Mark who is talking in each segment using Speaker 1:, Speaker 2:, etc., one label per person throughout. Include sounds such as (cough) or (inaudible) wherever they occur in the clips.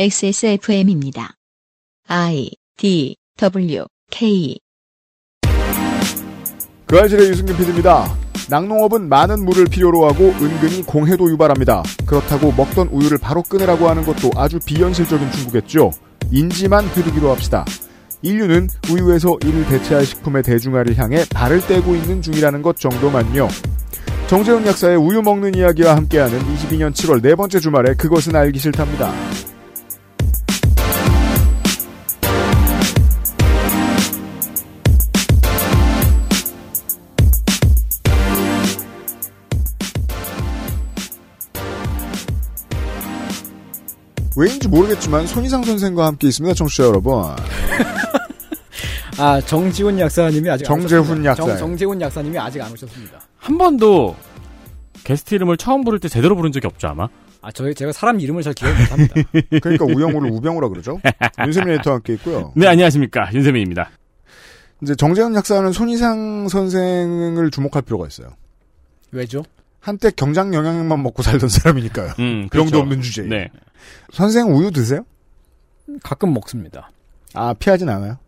Speaker 1: XSFM입니다. I D W K
Speaker 2: 그 알실의 유승균 PD입니다. 낙농업은 많은 물을 필요로 하고 은근히 공해도 유발합니다. 그렇다고 먹던 우유를 바로 끊으라고 하는 것도 아주 비현실적인 충고겠죠. 인지만 흐르기로 합시다. 인류는 우유에서 이를 대체할 식품의 대중화를 향해 발을 떼고 있는 중이라는 것 정도만요. 정재훈 약사의 우유 먹는 이야기와 함께하는 22년 7월 네 번째 주말에 그것은 알기 싫답니다. 왜인지 모르겠지만 손희상 선생과 함께 있습니다, 청취자 여러분.
Speaker 3: 아 정지훈 약사님이 아직 안
Speaker 2: 정재훈
Speaker 3: 오셨습니다.
Speaker 2: 약사.
Speaker 3: 정, 정재훈 약사님이 아직 안 오셨습니다.
Speaker 4: 한 번도 게스트 이름을 처음 부를 때 제대로 부른 적이 없죠 아마.
Speaker 3: 아 저희 제가 사람 이름을 잘 기억 못합니다.
Speaker 2: (laughs) 그러니까 우영우를 우병우라 그러죠. 윤세민 에디터와 함께 있고요.
Speaker 4: 네 안녕하십니까 윤세민입니다.
Speaker 2: 이제 정재훈 약사는 손희상 선생을 주목할 필요가 있어요.
Speaker 3: 왜죠?
Speaker 2: 한때 경장 영양만 먹고 살던 사람이니까요.
Speaker 4: 음
Speaker 2: 그런도 없는 주제예요.
Speaker 4: 네.
Speaker 2: 선생 우유 드세요?
Speaker 3: 가끔 먹습니다.
Speaker 2: 아 피하진 않아요.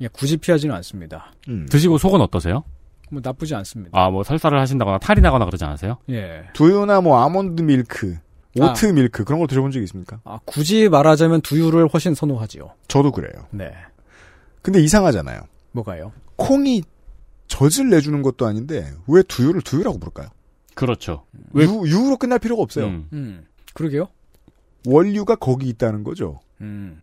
Speaker 3: 예, 굳이 피하지는 않습니다.
Speaker 2: 음.
Speaker 4: 드시고 속은 어떠세요?
Speaker 3: 뭐 나쁘지 않습니다.
Speaker 4: 아 뭐 설사를 하신다거나 탈이 나거나 그러지 않으세요?
Speaker 3: 예.
Speaker 2: 두유나 뭐 아몬드 밀크, 오트 밀크 그런 걸 드셔본 적이 있습니까?
Speaker 3: 아 굳이 말하자면 두유를 훨씬 선호하지요.
Speaker 2: 저도 그래요.
Speaker 3: 네.
Speaker 2: 근데 이상하잖아요.
Speaker 3: 뭐가요?
Speaker 2: 콩이 젖을 내주는 것도 아닌데 왜 두유를 두유라고 부를까요?
Speaker 4: 그렇죠. 왜-
Speaker 2: 유, 유로 끝날 필요가 없어요.
Speaker 4: 음.
Speaker 3: 음. 그러게요.
Speaker 2: 원류가 거기 있다는 거죠.
Speaker 3: 음.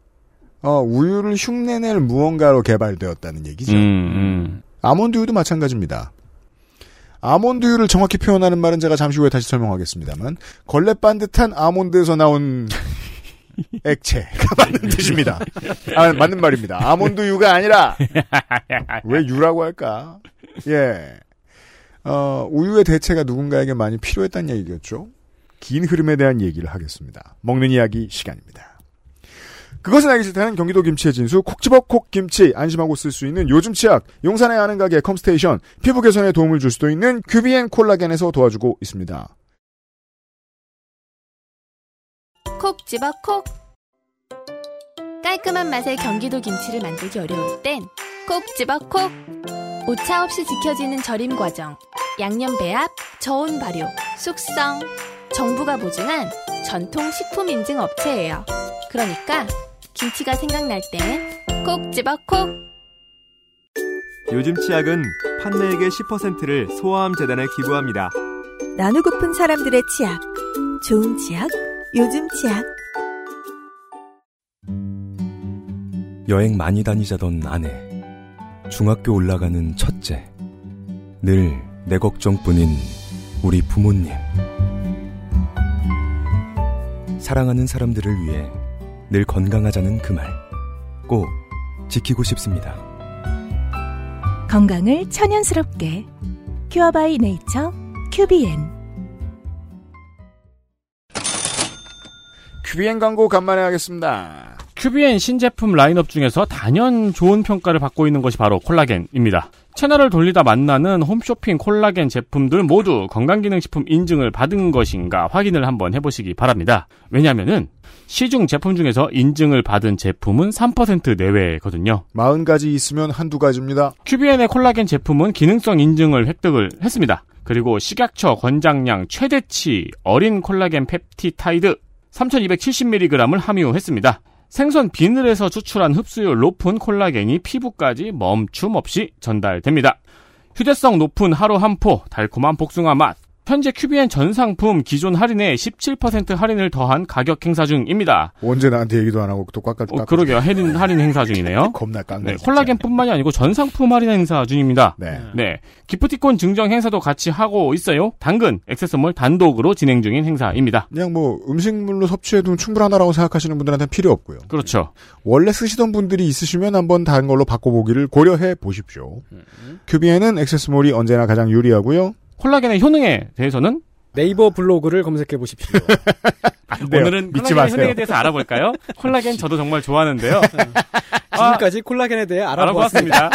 Speaker 2: 어, 우유를 흉내낼 무언가로 개발되었다는 얘기죠.
Speaker 4: 음, 음.
Speaker 2: 아몬드유도 마찬가지입니다. 아몬드유를 정확히 표현하는 말은 제가 잠시 후에 다시 설명하겠습니다만 걸레 반듯한 아몬드에서 나온 액체가 맞는 뜻입니다. 아, 맞는 말입니다. 아몬드유가 아니라 왜 유라고 할까? 예, 어, 우유의 대체가 누군가에게 많이 필요했다는 얘기겠죠. 긴 흐름에 대한 얘기를 하겠습니다. 먹는 이야기 시간입니다. 그것은 알기 싫다는 경기도 김치의 진수 콕지벅 콕김치 안심하고 쓸 수 있는 요즘 치약 용산에 아는 가게 컴스테이션 피부 개선에 도움을 줄 수도 있는 큐비엔 콜라겐에서 도와주고 있습니다.
Speaker 5: 콕 집어 콕 깔끔한 맛의 경기도 김치를 만들기 어려울 땐 콕 집어 콕 오차 없이 지켜지는 절임 과정 양념 배합, 저온 발효, 숙성 정부가 보증한 전통 식품 인증 업체예요 그러니까 김치가 생각날 땐콕 집어 콕
Speaker 6: 요즘 치약은 판매액의 10%를 소아암 재단에 기부합니다.
Speaker 7: 나누고픈 사람들의 치약. 좋은 치약, 요즘 치약.
Speaker 8: 여행 많이 다니자던 아내, 중학교 올라가는 첫째, 늘 내 걱정뿐인 우리 부모님. 사랑하는 사람들을 위해 늘 건강하자는 그 말, 꼭 지키고 싶습니다.
Speaker 7: 건강을 천연스럽게. 큐어바이 네이처 큐비엔.
Speaker 2: 큐비엔 광고 간만에 하겠습니다.
Speaker 4: 큐비엔 신제품 라인업 중에서 단연 좋은 평가를 받고 있는 것이 바로 콜라겐입니다. 채널을 돌리다 만나는 홈쇼핑 콜라겐 제품들 모두 건강기능식품 인증을 받은 것인가 확인을 한번 해보시기 바랍니다. 왜냐면은 시중 제품 중에서 인증을 받은 제품은 3% 내외거든요.
Speaker 2: 40가지 있으면 한두 가지입니다.
Speaker 4: 큐비엔의 콜라겐 제품은 기능성 인증을 획득을 했습니다. 그리고 식약처 권장량 최대치 어린 콜라겐 펩티타이드 3270mg을 함유했습니다. 생선 비늘에서 추출한 흡수율 높은 콜라겐이 피부까지 멈춤 없이 전달됩니다. 휴대성 높은 하루 한 포, 달콤한 복숭아 맛. 현재 큐비엔 전 상품 기존 할인에 17% 할인을 더한 가격 행사 중입니다.
Speaker 2: 언제 나한테 얘기도 안 하고 또 꽉꽉
Speaker 4: 어,
Speaker 2: 깎아.
Speaker 4: 그러게요. 할인, 할인 행사 중이네요.
Speaker 2: 겁나 (laughs) 깎네.
Speaker 4: 네, 콜라겐뿐만이 아니고 전 상품 할인 행사 중입니다.
Speaker 2: 네.
Speaker 4: 네. 기프티콘 증정 행사도 같이 하고 있어요. 당근, 액세서몰 단독으로 진행 중인 행사입니다.
Speaker 2: 그냥 뭐 음식물로 섭취해도 충분하다라고 생각하시는 분들한테는 필요 없고요.
Speaker 4: 그렇죠.
Speaker 2: 원래 쓰시던 분들이 있으시면 한번 다른 걸로 바꿔보기를 고려해 보십시오.
Speaker 4: 음.
Speaker 2: 큐비엔은 액세스몰이 언제나 가장 유리하고요.
Speaker 4: 콜라겐의 효능에 대해서는
Speaker 3: 네이버 블로그를
Speaker 2: (laughs)
Speaker 3: 검색해 보십시오.
Speaker 2: 돼요.
Speaker 4: 아, 오늘은
Speaker 2: 네, 믿지
Speaker 4: 콜라겐의
Speaker 2: 마세요.
Speaker 4: 효능에 대해서 (laughs) 알아볼까요? 콜라겐 저도 정말 좋아하는데요. 아,
Speaker 3: 지금까지 콜라겐에 대해 알아보았습니다.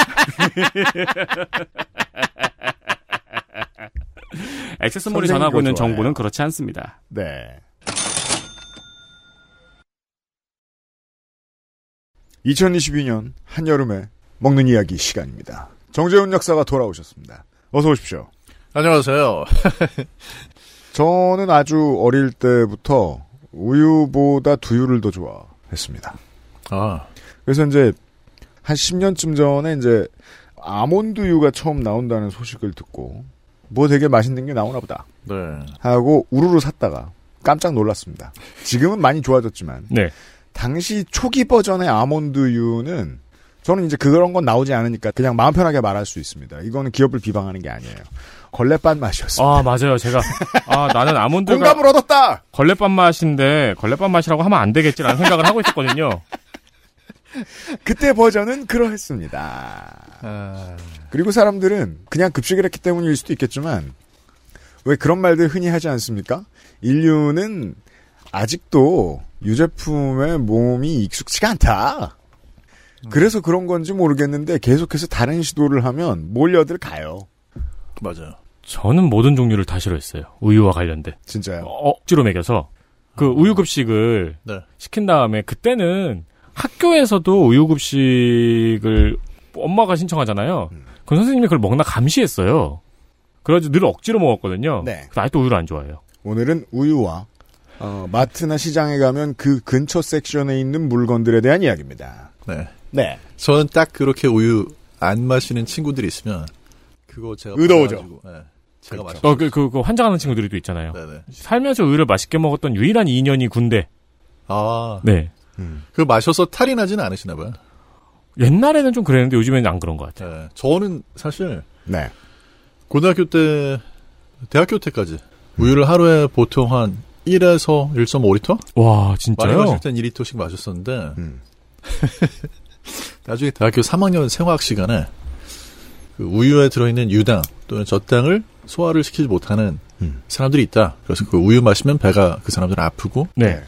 Speaker 4: (laughs) 알아보았습니다.
Speaker 2: 선생님
Speaker 4: 액세서몰이 전하고 있는
Speaker 2: 이거 좋아해요.
Speaker 4: 정보는 그렇지 않습니다.
Speaker 2: 네. 2022년 한여름에 먹는 이야기 시간입니다. 정재훈 약사가 돌아오셨습니다. 어서 오십시오.
Speaker 8: 안녕하세요.
Speaker 2: 저는 아주 어릴 때부터 우유보다 두유를 더 좋아했습니다.
Speaker 8: 아,
Speaker 2: 그래서 이제 한 10년쯤 전에 이제 아몬드유가 처음 나온다는 소식을 듣고 뭐 되게 맛있는 게 나오나 보다
Speaker 8: 네.
Speaker 2: 하고 우르르 샀다가 깜짝 놀랐습니다. 지금은 많이 좋아졌지만
Speaker 4: 네.
Speaker 2: 당시 초기 버전의 아몬드유는 저는 이제 그런 건 나오지 않으니까 그냥 마음 편하게 말할 수 있습니다. 이거는 기업을 비방하는 게 아니에요. 걸레반 맛이었습니다.
Speaker 4: 아, 맞아요. 제가. 아, 나는 아몬드가
Speaker 2: 공감을 얻었다.
Speaker 4: 걸레밥 맛인데, 걸레밥 맛이라고 하면 안 되겠지라는 생각을 하고 있었거든요.
Speaker 2: 그때 버전은 그러했습니다.
Speaker 8: 아,
Speaker 2: 그리고 사람들은 그냥 급식을 했기 때문일 수도 있겠지만 왜 그런 말들 흔히 하지 않습니까? 인류는 아직도 유제품에 몸이 익숙치가 않다. 그래서 그런 건지 모르겠는데 계속해서 다른 시도를 하면 몰려들 가요.
Speaker 8: 맞아요.
Speaker 4: 저는 모든 종류를 다 싫어했어요. 우유와 관련된.
Speaker 2: 진짜요.
Speaker 4: 어, 억지로 먹여서. 그 우유급식을
Speaker 8: 아. 네.
Speaker 4: 시킨 다음에, 그때는 학교에서도 우유급식을 엄마가 신청하잖아요.
Speaker 8: 음.
Speaker 4: 그 선생님이 그걸 먹나 감시했어요. 그래가지고 늘 억지로 먹었거든요.
Speaker 2: 네.
Speaker 4: 근데 아직도 우유를 안 좋아해요.
Speaker 2: 오늘은 우유와 어, 마트나 시장에 가면 그 근처 섹션에 있는 물건들에 대한 이야기입니다.
Speaker 8: 네.
Speaker 2: 네.
Speaker 8: 저는 딱 그렇게 우유 안 마시는 친구들이 있으면 그거 제가
Speaker 2: 의도죠.
Speaker 8: 받아가지고, 네. 제가
Speaker 2: 그렇죠.
Speaker 8: 마시고.
Speaker 4: 어, 그, 그, 그 환장하는 친구들이 또 있잖아요.
Speaker 8: 네네.
Speaker 4: 살면서 우유를 맛있게 먹었던 유일한 인연이 군대.
Speaker 8: 아,
Speaker 4: 네.
Speaker 8: 그 마셔서 탈이 나지는 않으시나 봐요.
Speaker 4: 옛날에는 좀 그랬는데 요즘에는 안 그런 것 같아요.
Speaker 8: 네. 저는 사실
Speaker 2: 네.
Speaker 8: 고등학교 때, 대학교 때까지 우유를 하루에 보통 한 1에서 1.5리터?
Speaker 4: 와,
Speaker 8: 네. 많이
Speaker 4: 진짜요?
Speaker 8: 마실 땐 2리터씩 마셨었는데,
Speaker 2: 음.
Speaker 8: (laughs) 나중에 대학교 3학년 생화학 시간에 그 우유에 들어있는 유당 또는 젖당을 소화를 시키지 못하는
Speaker 2: 음.
Speaker 8: 사람들이 있다. 그래서 그 우유 마시면 배가 그 사람들은 아프고
Speaker 4: 네.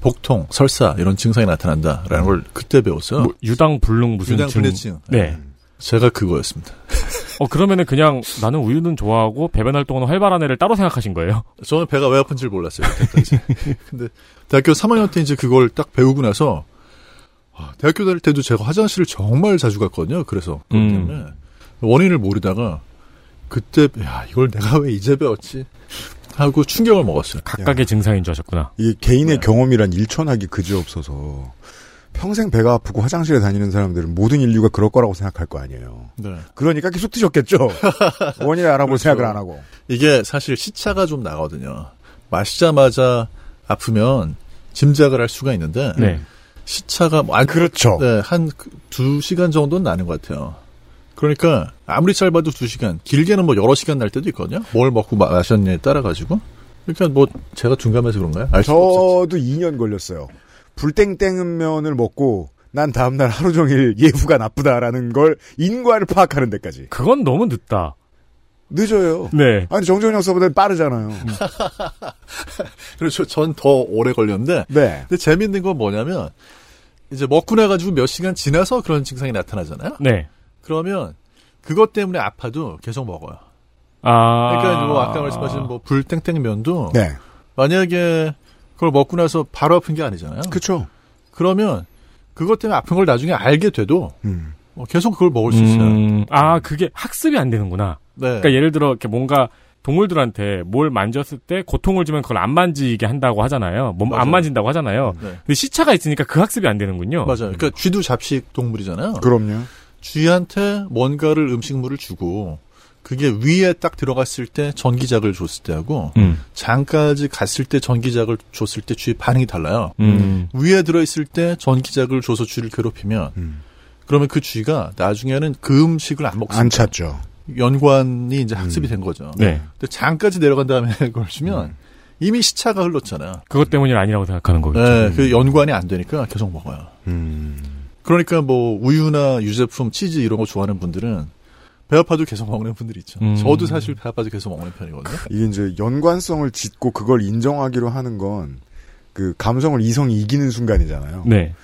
Speaker 8: 복통, 설사 이런 증상이 나타난다라는 걸 그때 배웠어요.
Speaker 4: 뭐, 유당 불능 무슨
Speaker 8: 유당
Speaker 4: 증-
Speaker 8: 불내증. 음.
Speaker 4: 네.
Speaker 8: 제가 그거였습니다.
Speaker 4: 어, 그러면은 그냥 나는 우유는 좋아하고 배변 활동은 활발한 애를 따로 생각하신 거예요?
Speaker 8: 저는 배가 왜 아픈지 를 몰랐어요. 그때까지.
Speaker 4: (laughs)
Speaker 8: 근데 대학교 3학년 때 이제 그걸 딱 배우고 나서 아, 대학교 다닐 때도 제가 화장실을 정말 자주 갔거든요. 그래서 그것
Speaker 4: 음.
Speaker 8: 때문에 원인을 모르다가 그때 야 이걸 내가 왜 이제 배웠지 하고 충격을 먹었어요.
Speaker 4: 각각의 증상인 줄 아셨구나.
Speaker 2: 이
Speaker 8: 네.
Speaker 2: 개인의 경험이란 일천하기 그지없어서 평생 배가 아프고 화장실에 다니는 사람들은 모든 인류가 그럴 거라고 생각할 거 아니에요.
Speaker 8: 네.
Speaker 2: 그러니까 계속
Speaker 8: (laughs)
Speaker 2: 드셨겠죠. 원인을
Speaker 8: 그렇죠.
Speaker 2: 알아볼 생각을 안 하고.
Speaker 8: 이게 사실 시차가 좀 나거든요. 마시자마자 아프면 짐작을 할 수가 있는데
Speaker 4: 네.
Speaker 8: 시차가 뭐 안,
Speaker 2: 그렇죠.
Speaker 8: 네, 한 두 시간 정도는 나는 것 같아요. 그러니까 아무리 짧아도 두 시간, 길게는 뭐 여러 시간 날 때도 있거든요. 뭘 먹고 마- 마셨냐에 따라 가지고. 그러니까 뭐 제가 둔감해서 그런가요? 알 수가 없었죠.
Speaker 2: 저도 2년 걸렸어요. 불땡땡면을 먹고 난 다음날 하루 종일 예후가 나쁘다라는 걸 인과를 파악하는 데까지
Speaker 4: 그건 너무 늦다.
Speaker 2: 늦어요.
Speaker 4: 네.
Speaker 2: 아니 정재훈 형사보다 빠르잖아요.
Speaker 8: 그래서 전 더 오래 걸렸는데.
Speaker 2: 네.
Speaker 8: 근데 재밌는 건 뭐냐면 이제 먹고 나가지고 몇 시간 지나서 그런 증상이 나타나잖아요.
Speaker 4: 네.
Speaker 8: 그러면 그것 때문에 아파도 계속 먹어요.
Speaker 4: 아.
Speaker 8: 그러니까 뭐 아까 말씀하신 뭐 불땡땡면도
Speaker 2: 네.
Speaker 8: 만약에 그걸 먹고 나서 바로 아픈 게 아니잖아요.
Speaker 2: 그렇죠.
Speaker 8: 그러면 그것 때문에 아픈 걸 나중에 알게 돼도
Speaker 2: 음.
Speaker 8: 어, 계속 그걸 먹을 수 있어요.
Speaker 4: 음, 아, 그게 학습이 안 되는구나.
Speaker 8: 네.
Speaker 4: 그러니까 예를 들어 이렇게 뭔가 동물들한테 뭘 만졌을 때 고통을 주면 그걸 안 만지게 한다고 하잖아요. 몸 안
Speaker 8: 맞아요.
Speaker 4: 만진다고 하잖아요.
Speaker 8: 네.
Speaker 4: 근데 시차가 있으니까 그 학습이 안 되는군요.
Speaker 8: 맞아요. 그러니까 쥐도 잡식 동물이잖아요.
Speaker 2: 그럼요.
Speaker 8: 쥐한테 뭔가를 음식물을 주고 그게 위에 딱 들어갔을 때 전기작을 줬을 때하고
Speaker 4: 음.
Speaker 8: 장까지 갔을 때 전기작을 줬을 때 쥐의 반응이 달라요.
Speaker 4: 음.
Speaker 8: 위에 들어있을 때 전기작을 줘서 쥐를 괴롭히면
Speaker 2: 음.
Speaker 8: 그러면 그 쥐가 나중에는 그 음식을 안 먹습니다.
Speaker 2: 안 찾죠.
Speaker 8: 연관이 이제 학습이 된 거죠.
Speaker 4: 아. 음. 네.
Speaker 8: 근데 장까지 내려간 다음에 (laughs) 그걸 주면 이미 시차가 흘렀잖아요.
Speaker 4: 그것 때문이 아니라고 생각하는 거겠죠.
Speaker 8: 네, 그 연관이 안 되니까 계속 먹어요.
Speaker 2: 음.
Speaker 8: 그러니까 뭐 우유나 유제품, 치즈 이런 거 좋아하는 분들은 배 아파도 계속 먹는 분들이 있죠.
Speaker 4: 음.
Speaker 8: 저도 사실 배 아파도 계속 먹는 편이거든요.
Speaker 2: 이게 이제 연관성을 짓고 그걸 인정하기로 하는 건 그 감성을 이성이 이기는 순간이잖아요.
Speaker 8: 음.
Speaker 4: 네.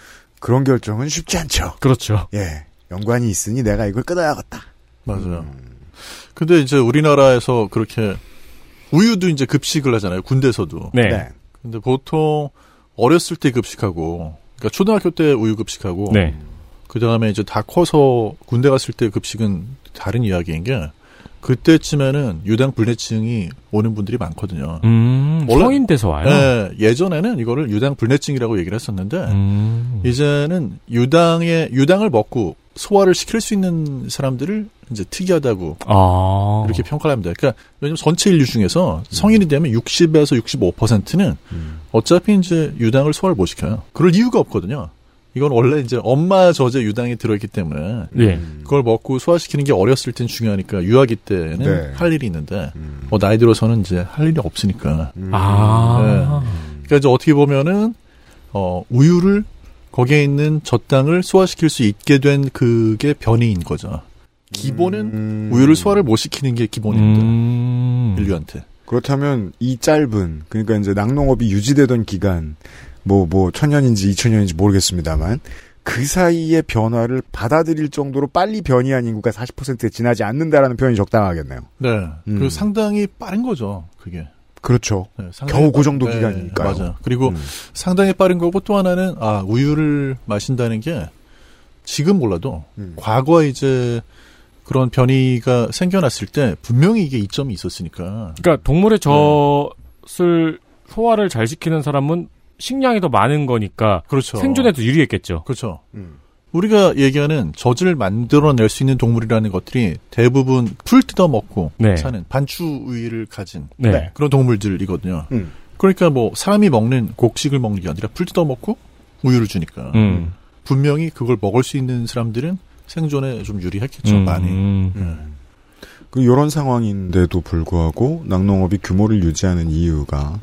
Speaker 2: 그런 결정은 쉽지 않죠.
Speaker 4: 그렇죠.
Speaker 2: 예. 연관이 있으니 내가 이걸 끊어야겠다.
Speaker 8: 맞아요. 음. 근데 이제 우리나라에서 그렇게 우유도 이제 급식을 하잖아요. 군대에서도.
Speaker 4: 네.
Speaker 2: 네.
Speaker 8: 근데 보통 어렸을 때 급식하고 그러니까 초등학교 때 우유 급식하고
Speaker 4: 네.
Speaker 8: 그 다음에 이제 다 커서 군대 갔을 때 급식은 다른 이야기인 게 그때쯤에는 유당 불내증이 오는 분들이 많거든요.
Speaker 9: 음,
Speaker 8: 원래-
Speaker 9: 성인 돼서 와요.
Speaker 8: 예, 예전에는 이거를 유당 불내증이라고 얘기를 했었는데
Speaker 9: 음.
Speaker 8: 이제는 유당의 유당을 먹고 소화를 시킬 수 있는 사람들을 이제 특이하다고
Speaker 9: 아.
Speaker 8: 이렇게 평가를 합니다. 그러니까 왜냐면 전체
Speaker 9: 음.
Speaker 8: 인류 중에서 성인이 되면 60에서 65%는 어차피 이제 유당을 소화를 못 시켜요. 그럴 이유가 없거든요. 이건 원래 이제 엄마 저제 유당이 들어있기 때문에
Speaker 4: 네.
Speaker 9: 예.
Speaker 8: 네.
Speaker 2: 음.
Speaker 8: 그걸 먹고 소화시키는 게 어렸을 땐 중요하니까 유아기 때는
Speaker 2: 네.
Speaker 8: 할 일이 있는데
Speaker 2: 음.
Speaker 8: 뭐 나이 들어서는 이제 할 일이 없으니까.
Speaker 9: 아.
Speaker 8: 그러니까 이제 어떻게 보면은 어 우유를 거기에 있는 젖당을 소화시킬 수 있게 된 그게 변이인 거죠. 기본은
Speaker 2: 음.
Speaker 8: 우유를 소화를 못 시키는 게 기본입니다.
Speaker 9: 음.
Speaker 8: 인류한테.
Speaker 2: 그렇다면 이 짧은 그러니까 이제 낙농업이 유지되던 기간 뭐 뭐 천년인지 이천년인지 모르겠습니다만 그 사이의 변화를 받아들일 정도로 빨리 변이한 인구가 40%에 지나지 않는다라는 표현이 적당하겠네요.
Speaker 8: 네.
Speaker 2: 음.
Speaker 8: 그리고 상당히 빠른 거죠. 그게.
Speaker 2: 그렇죠.
Speaker 8: 네, 상당히
Speaker 2: 겨우 그 정도
Speaker 8: 네,
Speaker 2: 기간이니까요.
Speaker 8: 맞아. 그리고
Speaker 2: 음.
Speaker 8: 상당히 빠른 거고 또 하나는 아 우유를 마신다는 게 지금 몰라도
Speaker 2: 음.
Speaker 8: 과거에 이제 그런 변이가 생겨났을 때 분명히 이게 이점이 있었으니까
Speaker 9: 그러니까 동물의
Speaker 8: 네.
Speaker 9: 젖을 소화를 잘 시키는 사람은 식량이 더 많은 거니까
Speaker 8: 그렇죠.
Speaker 9: 생존에도 유리했겠죠.
Speaker 8: 그렇죠.
Speaker 2: 음.
Speaker 8: 우리가 얘기하는 젖을 만들어낼 수 있는 동물이라는 것들이 대부분 풀 뜯어 먹고
Speaker 9: 네.
Speaker 8: 사는 반추우위를 가진
Speaker 9: 네.
Speaker 2: 네.
Speaker 8: 그런 동물들이거든요.
Speaker 2: 음.
Speaker 8: 그러니까 뭐 사람이 먹는 곡식을 먹는 게 아니라 풀 뜯어 먹고 우유를 주니까
Speaker 9: 음.
Speaker 8: 분명히 그걸 먹을 수 있는 사람들은 생존에 좀 유리했겠죠
Speaker 9: 음.
Speaker 8: 그렇죠. 많이.
Speaker 9: 음.
Speaker 2: 그 요런 상황인데도 불구하고 낙농업이 규모를 유지하는 이유가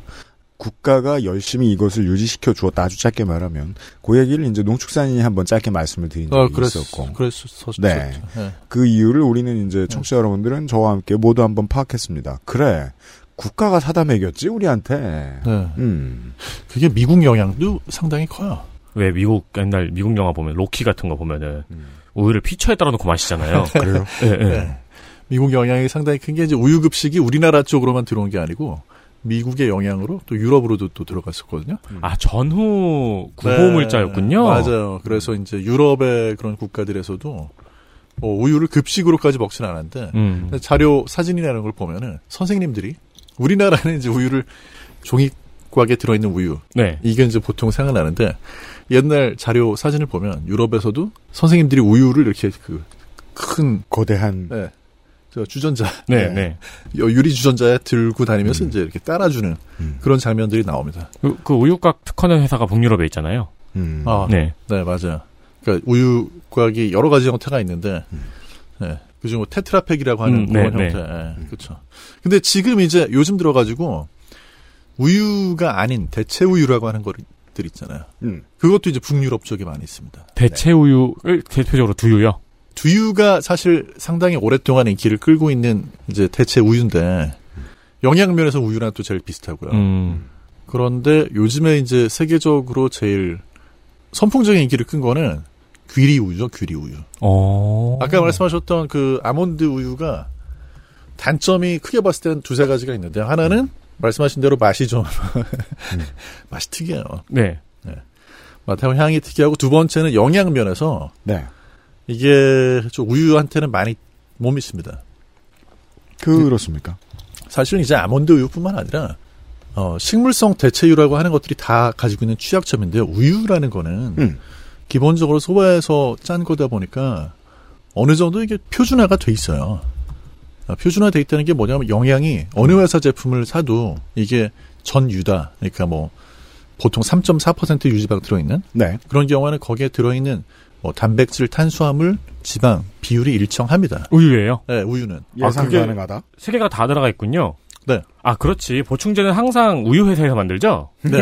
Speaker 2: 국가가 열심히 이것을 유지시켜 주었다 아주 짧게 말하면 그 얘기를 이제 농축산인이 한번 짧게 말씀을 드린 적이
Speaker 8: 아, 그랬,
Speaker 2: 있었고
Speaker 8: 그랬었죠.
Speaker 2: 네.
Speaker 8: 네.
Speaker 2: 그 이유를 우리는 이제 청취자 여러분들은 저와 함께 모두 한번 파악했습니다. 그래 국가가 사다 먹였지 우리한테.
Speaker 8: 네.
Speaker 2: 음.
Speaker 8: 그게 미국 영향도 상당히 커요.
Speaker 4: 왜 미국 옛날 미국 영화 보면 로키 같은 거 보면은
Speaker 8: 음.
Speaker 4: 우유를 피처에 따라 놓고
Speaker 8: (laughs)
Speaker 4: 마시잖아요.
Speaker 8: 그렇죠.
Speaker 2: 그래요?
Speaker 4: 예, 예.
Speaker 8: 미국 영향이 상당히 큰 게 이제 우유 급식이 우리나라 쪽으로만 들어온 게 아니고 미국의 영향으로 또 유럽으로도 또 들어갔었거든요.
Speaker 9: 아 전후 구호물자였군요.
Speaker 8: 네, 맞아요. 그래서 이제 유럽의 그런 국가들에서도 뭐 우유를 급식으로까지 먹진 않았는데
Speaker 9: 음.
Speaker 8: 자료 사진이라는 걸 보면은 선생님들이 우리나라는 이제 우유를 종이곽에 들어있는 우유
Speaker 9: 네.
Speaker 8: 이게 이제 보통 생각나는데 옛날 자료 사진을 보면 유럽에서도 선생님들이 우유를 이렇게 그 큰
Speaker 2: 거대한
Speaker 8: 네, 저 주전자
Speaker 9: 네,
Speaker 2: 네.
Speaker 9: 네.
Speaker 8: 여- 유리 주전자에 들고 다니면서 이제 이렇게 따라주는
Speaker 2: 음.
Speaker 8: 그런 장면들이 나옵니다.
Speaker 9: 그, 그 우유곽 특허는 회사가 북유럽에 있잖아요.
Speaker 2: 음.
Speaker 8: 아, 네.
Speaker 9: 네.
Speaker 8: 맞아요. 그러니까 우유곽이 여러 가지 형태가 있는데, 네, 그중 뭐 테트라팩이라고 하는
Speaker 9: 음,
Speaker 8: 그런
Speaker 9: 네,
Speaker 8: 형태, 예, 그렇죠. 근데 지금 이제 요즘 들어가지고 우유가 아닌 대체 우유라고 하는 것들 있잖아요.
Speaker 2: 음.
Speaker 8: 그것도 이제 북유럽 쪽에 많이 있습니다.
Speaker 9: 대체 우유를 대표적으로 두유요.
Speaker 8: 두유가 사실 상당히 오랫동안 인기를 끌고 있는 이제 대체 우유인데 영양 면에서 우유랑 또 제일 비슷하고요.
Speaker 9: 음.
Speaker 8: 그런데 요즘에 이제 세계적으로 제일 선풍적인 인기를 끈 거는 귀리 우유죠, 귀리 우유.
Speaker 9: 어.
Speaker 8: 아까 말씀하셨던 그 아몬드 우유가 단점이 크게 봤을 때는 두세 가지가 있는데 하나는 말씀하신 대로 맛이 좀 (laughs) 맛이 특이해요.
Speaker 9: 네.
Speaker 8: 맛하고 향이 특이하고 두 번째는 영양 면에서
Speaker 2: 네.
Speaker 8: 이게 좀 우유한테는 많이 못 미칩니다.
Speaker 2: 그렇습니까?
Speaker 8: 사실은 이제 아몬드 우유뿐만 아니라 어, 식물성 대체유라고 하는 것들이 다 가지고 있는 취약점인데 우유라는 거는
Speaker 2: 음.
Speaker 8: 기본적으로 소바에서 짠 거다 보니까 어느 정도 이게 표준화가 돼 있어요. 아, 표준화돼 있다는 게 뭐냐면 영양이 어느 회사 제품을 사도 이게 전유다. 그러니까 뭐 보통 3.4% 유지방 들어있는
Speaker 2: 네.
Speaker 8: 그런 경우에는 거기에 들어있는 뭐 단백질, 탄수화물, 지방 비율이 일정합니다.
Speaker 9: 우유예요.
Speaker 8: 네, 우유는.
Speaker 2: 예상
Speaker 9: 그게-
Speaker 2: 가능하다.
Speaker 9: 세 개가 다 들어가 있군요.
Speaker 8: 네.
Speaker 9: 아, 그렇지. 보충제는 항상 우유 회사에서 만들죠?
Speaker 8: 네.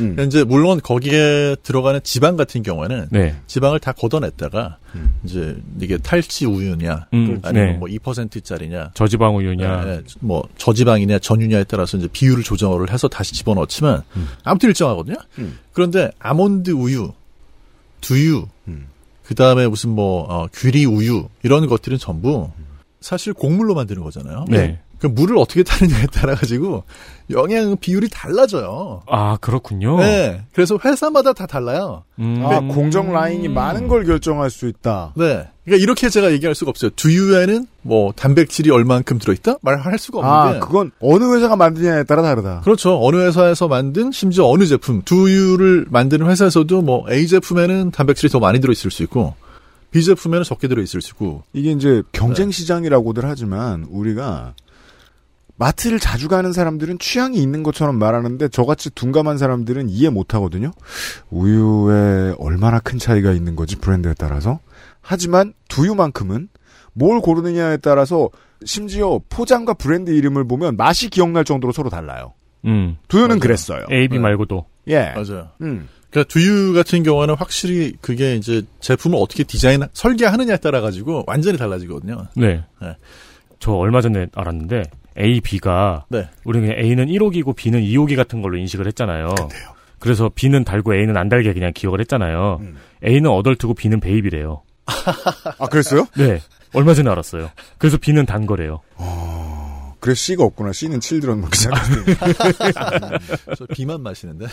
Speaker 2: 음.
Speaker 8: 이제 물론 거기에 들어가는 지방 같은 경우에는
Speaker 9: 네.
Speaker 8: 지방을 다 걷어냈다가
Speaker 2: 음.
Speaker 8: 이제 이게 탈지 우유냐
Speaker 9: 음,
Speaker 8: 아니면
Speaker 9: 네.
Speaker 8: 뭐 2%짜리냐
Speaker 9: 저지방 우유냐.
Speaker 8: 예, 뭐 저지방이냐 전유냐에 따라서 이제 비율을 조정을 해서 다시 집어넣지만 아무튼 일정하거든요.
Speaker 2: 음.
Speaker 8: 그런데 아몬드 우유, 두유,
Speaker 2: 음.
Speaker 8: 그 다음에 무슨 뭐 어, 귀리 우유 이런 것들은 전부 사실 곡물로 만드는 거잖아요.
Speaker 9: 네.
Speaker 8: 그 물을 어떻게 타느냐에 따라 가지고 영양 비율이 달라져요.
Speaker 4: 아, 그렇군요. 음.
Speaker 8: 네. 그래서 회사마다 다 달라요.
Speaker 2: 아, 공정 라인이 많은 걸 결정할 수 있다.
Speaker 8: 네. 그러니까 이렇게 제가 얘기할 수가 없어요. 두유에는 뭐 단백질이 얼만큼 들어있다? 말할 수가
Speaker 2: 아,
Speaker 8: 없는데.
Speaker 2: 그건 어느 회사가 만드냐에 따라 다르다.
Speaker 8: 그렇죠. 어느 회사에서 만든 심지어 어느 제품 두유를 만드는 회사에서도 뭐 A 제품에는 단백질이 더 많이 들어있을 수 있고 B 제품에는 적게 들어있을 수 있고
Speaker 2: 이게 이제 경쟁 시장이라고들 하지만 우리가 마트를 자주 가는 사람들은 취향이 있는 것처럼 말하는데 저같이 둔감한 사람들은 이해 못 하거든요. 우유에 얼마나 큰 차이가 있는 거지 브랜드에 따라서. 하지만 두유만큼은 뭘 고르느냐에 따라서 심지어 포장과 브랜드 이름을 보면 맛이 기억날 정도로 서로 달라요.
Speaker 4: 음.
Speaker 2: 두유는 그랬어요.
Speaker 4: AB 말고도.
Speaker 2: 예.
Speaker 8: 맞아요.
Speaker 2: 음.
Speaker 8: 그러니까 두유 같은 경우는 확실히 그게 이제 제품을 어떻게 디자인 설계하느냐에 따라 가지고 완전히 달라지거든요.
Speaker 4: 네.
Speaker 8: 네.
Speaker 4: 저 얼마 전에 알았는데 A, B가
Speaker 8: 네.
Speaker 4: 우리 그냥 A는 1호기고 B는 2호기 같은 걸로 인식을 했잖아요.
Speaker 2: 근데요.
Speaker 4: 그래서 B는 달고 A는 안 달게 그냥 기억을 했잖아요. A는 어덜트고 B는 베이비래요.
Speaker 2: 아, 그랬어요?
Speaker 4: 네. 얼마 전에 알았어요. 그래서 B는 단 거래요.
Speaker 2: 그래 C가 없구나. C는 칠드런 뭐 그냥
Speaker 8: 저 비만 마시는데.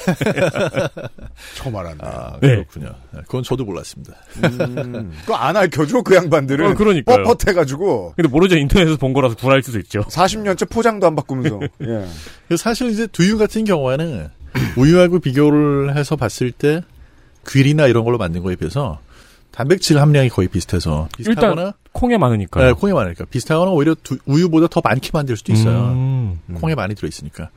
Speaker 2: 처음 알았네.
Speaker 8: 아,
Speaker 4: 네.
Speaker 8: 그렇군요. 네, 그건 저도 몰랐습니다.
Speaker 2: 음. 그거 안 알켜줘 그 양반들은.
Speaker 4: 어, 그러니까요.
Speaker 2: 뻣뻣해가지고
Speaker 4: 근데 모르죠. 인터넷에서 본 거라서 구할 수도 있죠.
Speaker 2: 40년째 포장도 안 바꾸면서. 예.
Speaker 8: 그래서 사실 이제 두유 같은 경우에는 (clears throat) 우유하고 비교를 해서 봤을 때 귤이나 이런 걸로 만든 거에 비해서 단백질 함량이 거의 비슷해서 비슷하거나
Speaker 4: 콩에 많으니까요.
Speaker 8: 네, 콩에 많으니까 비슷하거나 오히려 두- 우유보다 더 많게 만들 수도 있어요.
Speaker 4: 음. 네.
Speaker 8: 콩에 많이 들어있으니까.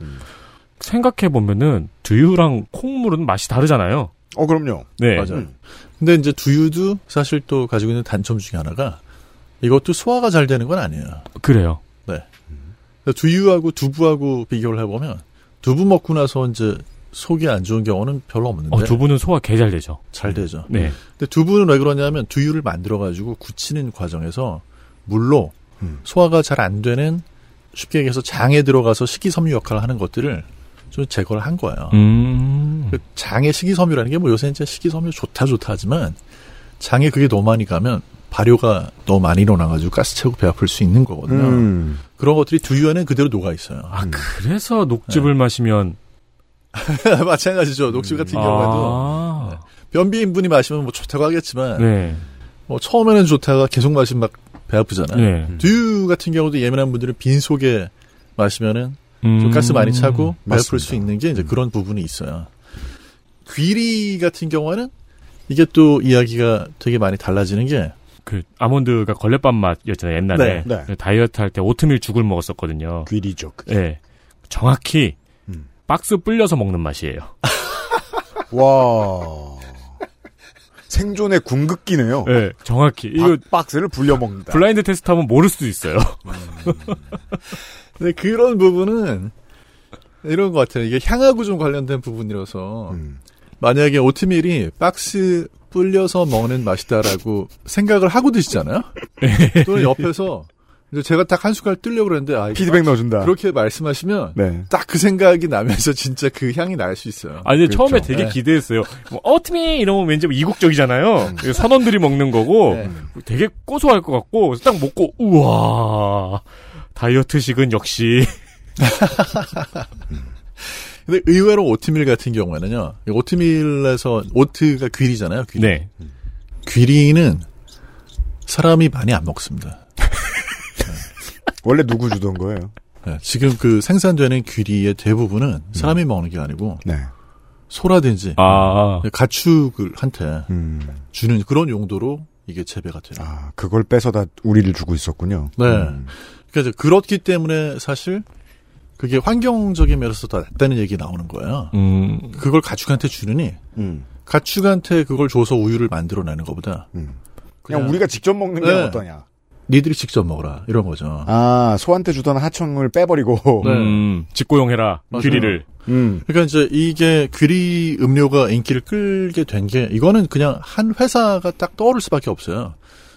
Speaker 4: 생각해 보면은 두유랑 콩물은 맛이 다르잖아요.
Speaker 2: 어 그럼요.
Speaker 4: 네.
Speaker 8: 맞아요. 근데 이제 두유도 사실 또 가지고 있는 단점 중에 하나가 이것도 소화가 잘 되는 건 아니에요.
Speaker 4: 그래요.
Speaker 8: 그래서 두유하고 두부하고 비교를 해보면 두부 먹고 나서 이제 속이 안 좋은 경우는 별로 없는데
Speaker 4: 어, 두부는 소화 개잘 되죠.
Speaker 8: 잘 되죠.
Speaker 4: 네.
Speaker 8: 근데 두부는 왜 그러냐면 두유를 만들어 가지고 굳히는 과정에서 물로
Speaker 2: 음.
Speaker 8: 소화가 잘 안 되는 쉽게 얘기해서 장에 들어가서 식이섬유 역할을 하는 것들을 좀 제거를 한 거예요.
Speaker 4: 음.
Speaker 8: 그 장의 식이섬유라는 게 뭐 요새 이제 식이섬유 좋다 좋다 하지만 장에 그게 너무 많이 가면 발효가 너무 많이 일어나가지고 가스 채우고 배 아플 수 있는 거거든요.
Speaker 2: 음.
Speaker 8: 그런 것들이 두유에는 그대로 녹아 있어요.
Speaker 4: 아, 그래서
Speaker 8: 네.
Speaker 4: 녹즙을 마시면
Speaker 8: (laughs) 마찬가지죠. 녹즙 같은 경우에도
Speaker 4: 아.
Speaker 8: 음. 변비인 분이 마시면 뭐 좋다고 하겠지만
Speaker 4: 네.
Speaker 8: 뭐 처음에는 좋다가 계속 마시면 막 배 아프잖아요.
Speaker 4: 네.
Speaker 8: 두유 같은 경우도 예민한 분들은 빈 속에 마시면은 좀
Speaker 4: 음.
Speaker 8: 가스 많이 차고 배 아플
Speaker 2: 맞습니다.
Speaker 8: 수 있는 게 이제 그런 부분이 있어요. 귀리 같은 경우는 이게 또 이야기가 되게 많이 달라지는 게
Speaker 4: 그 아몬드가 걸레밥 맛이었잖아요 옛날에
Speaker 2: 네,
Speaker 4: 다이어트 할 때 오트밀 죽을 먹었었거든요.
Speaker 2: 귀리죠. 그게.
Speaker 4: 예, 정확히
Speaker 2: 음.
Speaker 4: 박스 불려서 먹는 맛이에요.
Speaker 2: 와. 생존의
Speaker 8: 어.
Speaker 2: 궁극기네요.
Speaker 4: 예, 정확히 이거
Speaker 2: 박- 박스를 불려 먹는다.
Speaker 4: 블라인드 테스트하면 모를 수도 있어요.
Speaker 8: 근데 그런 부분은 이런 것 같아요. 이게 향하고 좀 관련된 부분이라서
Speaker 2: 음.
Speaker 8: 만약에 오트밀이 박스 불려서 먹는 맛이다라고 생각을 하고 드시잖아요. 또는 옆에서 이제 제가 딱 한 숟갈 뜨려고 그랬는데 아, 이거
Speaker 2: 피드백 넣어준다.
Speaker 8: 그렇게 말씀하시면
Speaker 2: 네.
Speaker 8: 딱 그 생각이 나면서 (laughs) 진짜 그 향이 날 수 있어요.
Speaker 4: 아니 근데 처음에
Speaker 2: 그렇죠.
Speaker 4: 되게
Speaker 8: 네.
Speaker 4: 기대했어요. 뭐, 어트밀 이러면 왠지 뭐 이국적이잖아요. 이거 선원들이 먹는 거고 뭐
Speaker 8: 네.
Speaker 4: 되게 고소할 것 같고 그래서 딱 먹고 우와 다이어트식은 역시
Speaker 8: 근데 의외로 오트밀 같은 경우에는요. 이 오트밀에서 오트가 귀리잖아요. 귀리.
Speaker 4: 네
Speaker 8: 귀리는 사람이 많이 안 먹습니다.
Speaker 2: 원래 누구 주던 거예요?
Speaker 8: 네, 지금 그 생산되는 귀리의 대부분은 사람이 먹는 게 아니고
Speaker 2: 네.
Speaker 8: 소라든지
Speaker 4: 음. 아.
Speaker 8: 가축을 한테
Speaker 2: 음.
Speaker 8: 주는 그런 용도로 이게 재배가 돼요.
Speaker 2: 아, 그걸 뺏어다 우리를 주고 있었군요.
Speaker 8: 네.
Speaker 2: 음.
Speaker 8: 그러니까 이제 그렇기 때문에 사실 그게 환경적인 면에서 더 낫다는 얘기 나오는 거예요.
Speaker 4: 음.
Speaker 8: 그걸 가축한테 주느니
Speaker 2: 음.
Speaker 8: 가축한테 그걸 줘서 우유를 만들어내는 것보다
Speaker 2: 음. 그냥,
Speaker 8: 그냥,
Speaker 2: 우리가 직접 먹는 게
Speaker 8: 네.
Speaker 2: 어떠냐.
Speaker 8: 니들이 직접 먹어라 이런 거죠.
Speaker 2: 아, 소한테 주던 하청을 빼버리고.
Speaker 8: 네.
Speaker 4: 음, 직고용해라
Speaker 8: 맞아요.
Speaker 4: 귀리를
Speaker 2: 음.
Speaker 8: 그러니까 이제 이게 귀리 음료가 인기를 끌게 된 게 이거는 그냥 한 회사가 딱 떠오를 수밖에 없어요.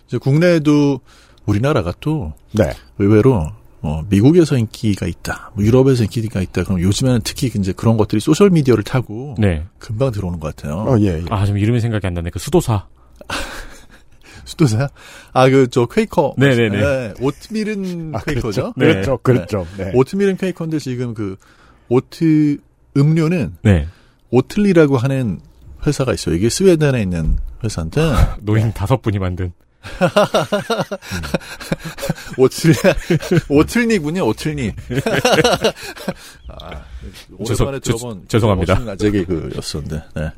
Speaker 8: 이제 국내에도 우리나라가 또
Speaker 2: 네.
Speaker 8: 의외로 어, 미국에서 인기가 있다, 뭐 유럽에서 인기가 있다. 그럼 요즘에는 특히 이제 그런 것들이 소셜 미디어를 타고
Speaker 4: 네.
Speaker 8: 금방 들어오는 것 같아요.
Speaker 2: 어, 예, 예.
Speaker 4: 아, 지금 이름이 생각이 안 나네. 그 수도사.
Speaker 8: 수도사야? 아, 그, 저, 퀘이커.
Speaker 4: 네네네.
Speaker 8: 네, 오트밀은
Speaker 2: 아,
Speaker 8: 퀘이커죠?
Speaker 2: 그렇죠. 그렇죠, 그렇죠. 네.
Speaker 8: 오트밀은 퀘이커인데 지금 그, 오트, 음료는
Speaker 4: 네.
Speaker 8: 오틀리라고 하는 회사가 있어요. 이게 스웨덴에 있는
Speaker 4: (laughs)
Speaker 8: 회사인데,
Speaker 4: 노인 다섯 분이 만든. (laughs)
Speaker 8: 오틀리, 오틀니군요, 오틀니. 아, 오랜만에
Speaker 4: 죄송- 죄-
Speaker 8: 들어본.
Speaker 4: 죄송합니다.
Speaker 8: 낮에 개그였었는데, 네.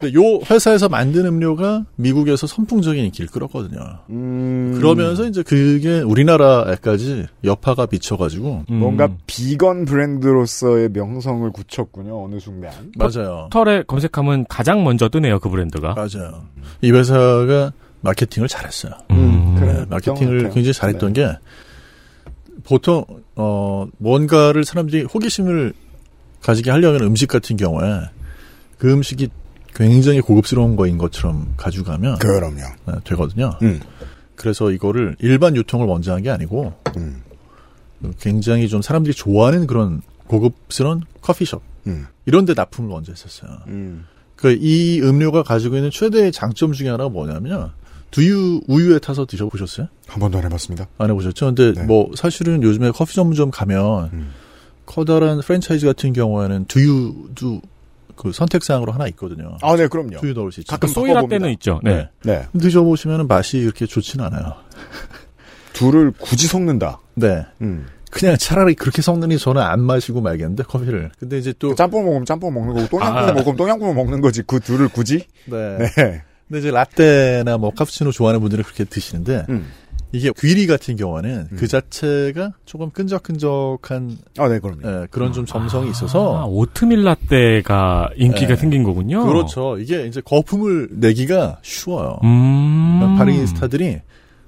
Speaker 8: 근데 요 회사에서 만든 음료가 미국에서 선풍적인 인기를 끌었거든요.
Speaker 4: 음.
Speaker 8: 그러면서 이제 그게 우리나라에까지 여파가 비쳐가지고
Speaker 4: 음.
Speaker 2: 뭔가 비건 브랜드로서의 명성을 굳혔군요 어느 순간.
Speaker 8: 맞아요.
Speaker 4: 털에 검색하면 가장 먼저 뜨네요 그 브랜드가.
Speaker 8: 맞아요. 이 회사가 마케팅을 잘했어요.
Speaker 4: 음.
Speaker 8: 네,
Speaker 2: 그래요.
Speaker 8: 마케팅을
Speaker 2: 같아요.
Speaker 8: 굉장히 잘했던
Speaker 2: 네.
Speaker 8: 게 보통 어 뭔가를 사람들이 호기심을 가지게 하려면 음식 같은 경우에 그 음식이 굉장히 고급스러운 거인 것처럼 가져가면
Speaker 2: 그럼요.
Speaker 8: 네, 되거든요.
Speaker 2: 음.
Speaker 8: 그래서 이거를 일반 유통을 먼저 한 게 아니고
Speaker 2: 음.
Speaker 8: 굉장히 좀 사람들이 좋아하는 그런 고급스러운 커피숍
Speaker 2: 음.
Speaker 8: 이런 데 납품을 먼저 했었어요.
Speaker 2: 음.
Speaker 8: 그 이 음료가 가지고 있는 최대의 장점 중에 하나가 뭐냐면 두유 우유에 타서 드셔보셨어요?
Speaker 2: 한 번도 안 해봤습니다.
Speaker 8: 안 해보셨죠? 근데
Speaker 2: 네.
Speaker 8: 뭐 사실은 요즘에 커피 전문점 가면
Speaker 2: 음.
Speaker 8: 커다란 프랜차이즈 같은 경우에는 두유도 그 선택사항으로 하나 있거든요.
Speaker 2: 아, 네, 그럼요.
Speaker 8: 두유 넣을 수 있죠.
Speaker 2: 가끔
Speaker 4: 소이라
Speaker 2: 바꿔봅니다.
Speaker 4: 때는 있죠. 네.
Speaker 2: 네,
Speaker 8: 드셔보시면 맛이 그렇게 좋진 않아요.
Speaker 2: 둘을 굳이 섞는다.
Speaker 8: 네.
Speaker 2: 음.
Speaker 8: 그냥 차라리 그렇게 섞느니 저는 안 마시고 말겠는데 커피를. 근데 이제 또
Speaker 2: 짬뽕 먹으면 짬뽕 먹는 거고 똥양꿍
Speaker 4: 아.
Speaker 2: 먹으면 똥양꿍 먹는 거지 그 둘을 굳이.
Speaker 8: 네.
Speaker 2: 네.
Speaker 8: 근데 이제 라떼나 뭐 카푸치노 좋아하는 분들은 그렇게 드시는데
Speaker 2: 음.
Speaker 8: 이게 귀리 같은 경우는
Speaker 2: 음.
Speaker 8: 그 자체가 조금 끈적끈적한
Speaker 2: 아, 네, 그럼요.
Speaker 8: 예, 그런 좀 점성이 있어서
Speaker 4: 아, 오트밀 라떼가 인기가
Speaker 8: 네.
Speaker 4: 생긴 거군요.
Speaker 8: 그렇죠. 이게 이제 거품을 내기가 쉬워요.
Speaker 4: 음.
Speaker 8: 그러니까 발행인 스타들이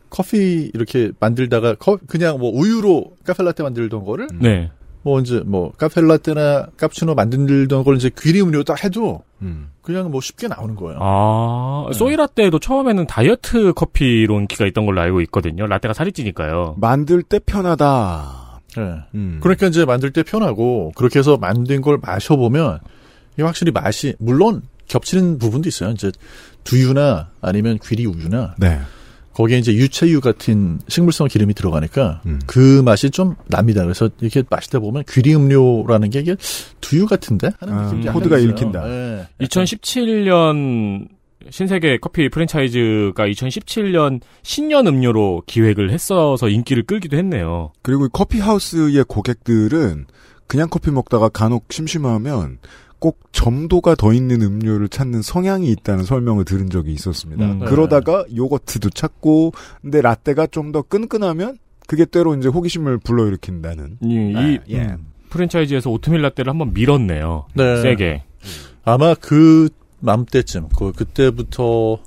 Speaker 8: 커피 이렇게 만들다가 커- 그냥 뭐 우유로 카페라떼 만들던 거를
Speaker 4: 네.
Speaker 8: 뭐 이제 뭐 카페라떼나 카푸치노 만들던 걸 이제 귀리 음료 딱 해도
Speaker 2: 음.
Speaker 8: 그냥 뭐 쉽게 나오는 거예요.
Speaker 4: 아, 소이 라떼도 처음에는 다이어트 커피로 인기가 있던 걸로 알고 있거든요. 라떼가 살이 찌니까요.
Speaker 2: 만들 때 편하다.
Speaker 8: 예.
Speaker 2: 음.
Speaker 8: 그러니까 이제 만들 때 편하고 그렇게 해서 만든 걸 마셔보면 이게 확실히 맛이 물론 겹치는 부분도 있어요. 이제 두유나 아니면 귀리 우유나
Speaker 2: 네.
Speaker 8: 거기에 이제 유채유 같은 식물성 기름이 들어가니까
Speaker 2: 음.
Speaker 8: 그 맛이 좀 납니다. 그래서 이렇게 마시다 보면 귀리 음료라는 게 이게 두유 같은데 하는
Speaker 2: 아,
Speaker 8: 느낌이 약간
Speaker 2: 코드가
Speaker 8: 있어요.
Speaker 2: 읽힌다.
Speaker 8: 예.
Speaker 4: 2017년 신세계 커피 프랜차이즈가 2017년 신년 음료로 기획을 했어서 인기를 끌기도 했네요.
Speaker 2: 그리고 커피 하우스의 고객들은 그냥 커피 먹다가 간혹 심심하면 꼭 점도가 더 있는 음료를 찾는 성향이 있다는 설명을 들은 적이 있었습니다.
Speaker 8: 네.
Speaker 4: 음.
Speaker 2: 그러다가 요거트도 찾고 근데 라떼가 좀 더 끈끈하면 그게 때로 이제 호기심을 불러일으킨다는.
Speaker 4: 이, 이
Speaker 3: 아,
Speaker 2: 예.
Speaker 8: 음.
Speaker 4: 프랜차이즈에서 오트밀 라떼를 한번 밀었네요.
Speaker 8: 네.
Speaker 4: 세게.
Speaker 8: 아마 그 맘때쯤 그 그때부터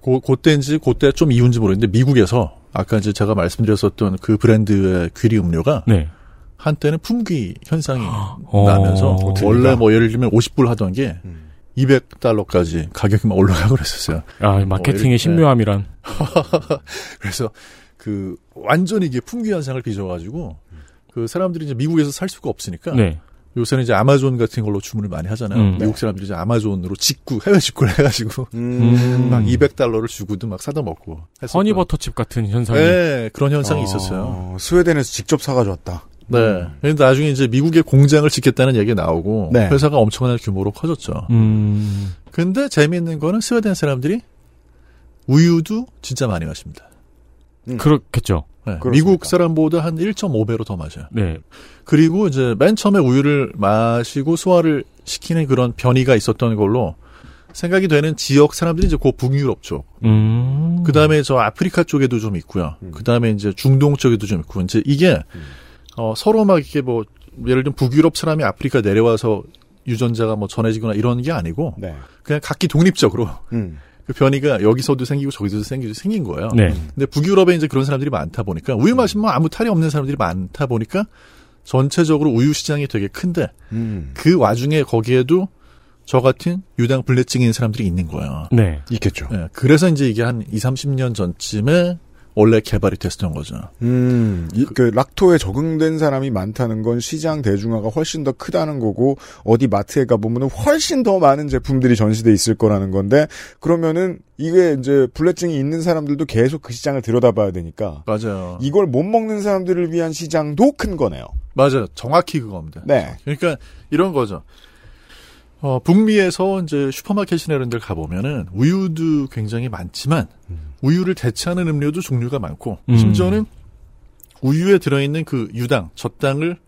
Speaker 8: 고 그때인지 그때 좀 이운지 모르겠는데 미국에서 아까 이제 제가 말씀드렸었던 그 브랜드의 귀리 음료가
Speaker 4: 네.
Speaker 8: 한때는 품귀 현상이
Speaker 2: 아,
Speaker 4: 어.
Speaker 8: 나면서
Speaker 4: 어떻습니까?
Speaker 8: 원래 뭐 예를 들면 50불 하던 게
Speaker 2: 음.
Speaker 8: 200달러까지 가격이 막 올라가고 그랬었어요.
Speaker 4: 아, 마케팅의
Speaker 8: 이렇게.
Speaker 4: 신묘함이란.
Speaker 8: (laughs) 그래서 그 완전히 이게 품귀 현상을 빚어가지고 그 사람들이 이제 미국에서 살 수가 없으니까
Speaker 4: 네.
Speaker 8: 요새는 이제 아마존 같은 걸로 주문을 많이 하잖아요.
Speaker 4: 음.
Speaker 8: 미국 사람들이 이제 아마존으로 직구 해외 직구를 해가지고
Speaker 4: 음.
Speaker 8: 막 200달러를 주고도 막 사다 먹고 했었던.
Speaker 4: 허니버터칩 아. 같은 현상이.
Speaker 8: 네, 그런 현상이
Speaker 4: 음.
Speaker 8: 있었어요.
Speaker 2: 어, 스웨덴에서 직접 사가져 왔다.
Speaker 8: 네. 근데 나중에 이제 미국에 공장을 짓겠다는 얘기가 나오고
Speaker 2: 네.
Speaker 8: 회사가 엄청난 규모로 커졌죠.
Speaker 4: 음.
Speaker 8: 근데 재미있는 거는 스웨덴 사람들이 우유도 진짜 많이 마십니다.
Speaker 4: 그렇겠죠.
Speaker 8: 네,
Speaker 2: 그렇습니까?
Speaker 8: 미국 사람보다 한 1.5배로 더 마셔요.
Speaker 4: 네.
Speaker 8: 그리고 이제 맨 처음에 우유를 마시고 소화를 시키는 그런 변이가 있었던 걸로 생각이 되는 지역 사람들이 이제 그 북유럽 쪽,
Speaker 4: 음.
Speaker 8: 그 다음에 저 아프리카 쪽에도 좀 있고요.
Speaker 2: 음.
Speaker 8: 그 다음에 이제 중동 쪽에도 좀 있고, 이제 이게 어, 서로 막 이렇게 뭐 예를 들면 북유럽 사람이 아프리카 내려와서 유전자가 뭐 전해지거나 이런 게 아니고
Speaker 2: 네.
Speaker 8: 그냥 각기 독립적으로 (laughs)
Speaker 2: 음.
Speaker 8: 그 변이가 여기서도 생기고 저기서도 생기고 생긴 거예요.
Speaker 4: 네.
Speaker 8: 근데 북유럽에 이제 그런 사람들이 많다 보니까 우유 마시면 아무 탈이 없는 사람들이 많다 보니까 전체적으로 우유 시장이 되게 큰데
Speaker 2: 음.
Speaker 8: 그 와중에 거기에도 저 같은 유당 불내증인 사람들이 있는 거예요.
Speaker 4: 네.
Speaker 2: 있겠죠.
Speaker 8: 예, 그래서 이제 이게 한 2, 30년 전쯤에 원래 개발이 됐었던 거죠.
Speaker 2: 음, 이, 그 락토에 적응된 사람이 많다는 건 시장 대중화가 훨씬 더 크다는 거고 어디 마트에 가 보면은 훨씬 더 많은 제품들이 전시돼 있을 거라는 건데 그러면은 이게 이제 불내증이 있는 사람들도 계속 그 시장을 들여다봐야 되니까
Speaker 8: 맞아요.
Speaker 2: 이걸 못 먹는 사람들을 위한 시장도 큰 거네요.
Speaker 8: 맞아요. 정확히 그겁니다.
Speaker 6: (laughs)
Speaker 2: 네.
Speaker 8: 그러니까 이런 거죠. 어, 북미에서 이제 슈퍼마켓이나 이런 데를 가보면은 우유도 굉장히 많지만 우유를 대체하는 음료도 종류가 많고
Speaker 10: 음.
Speaker 8: 심지어는 우유에 들어있는 그 유당, 젖당을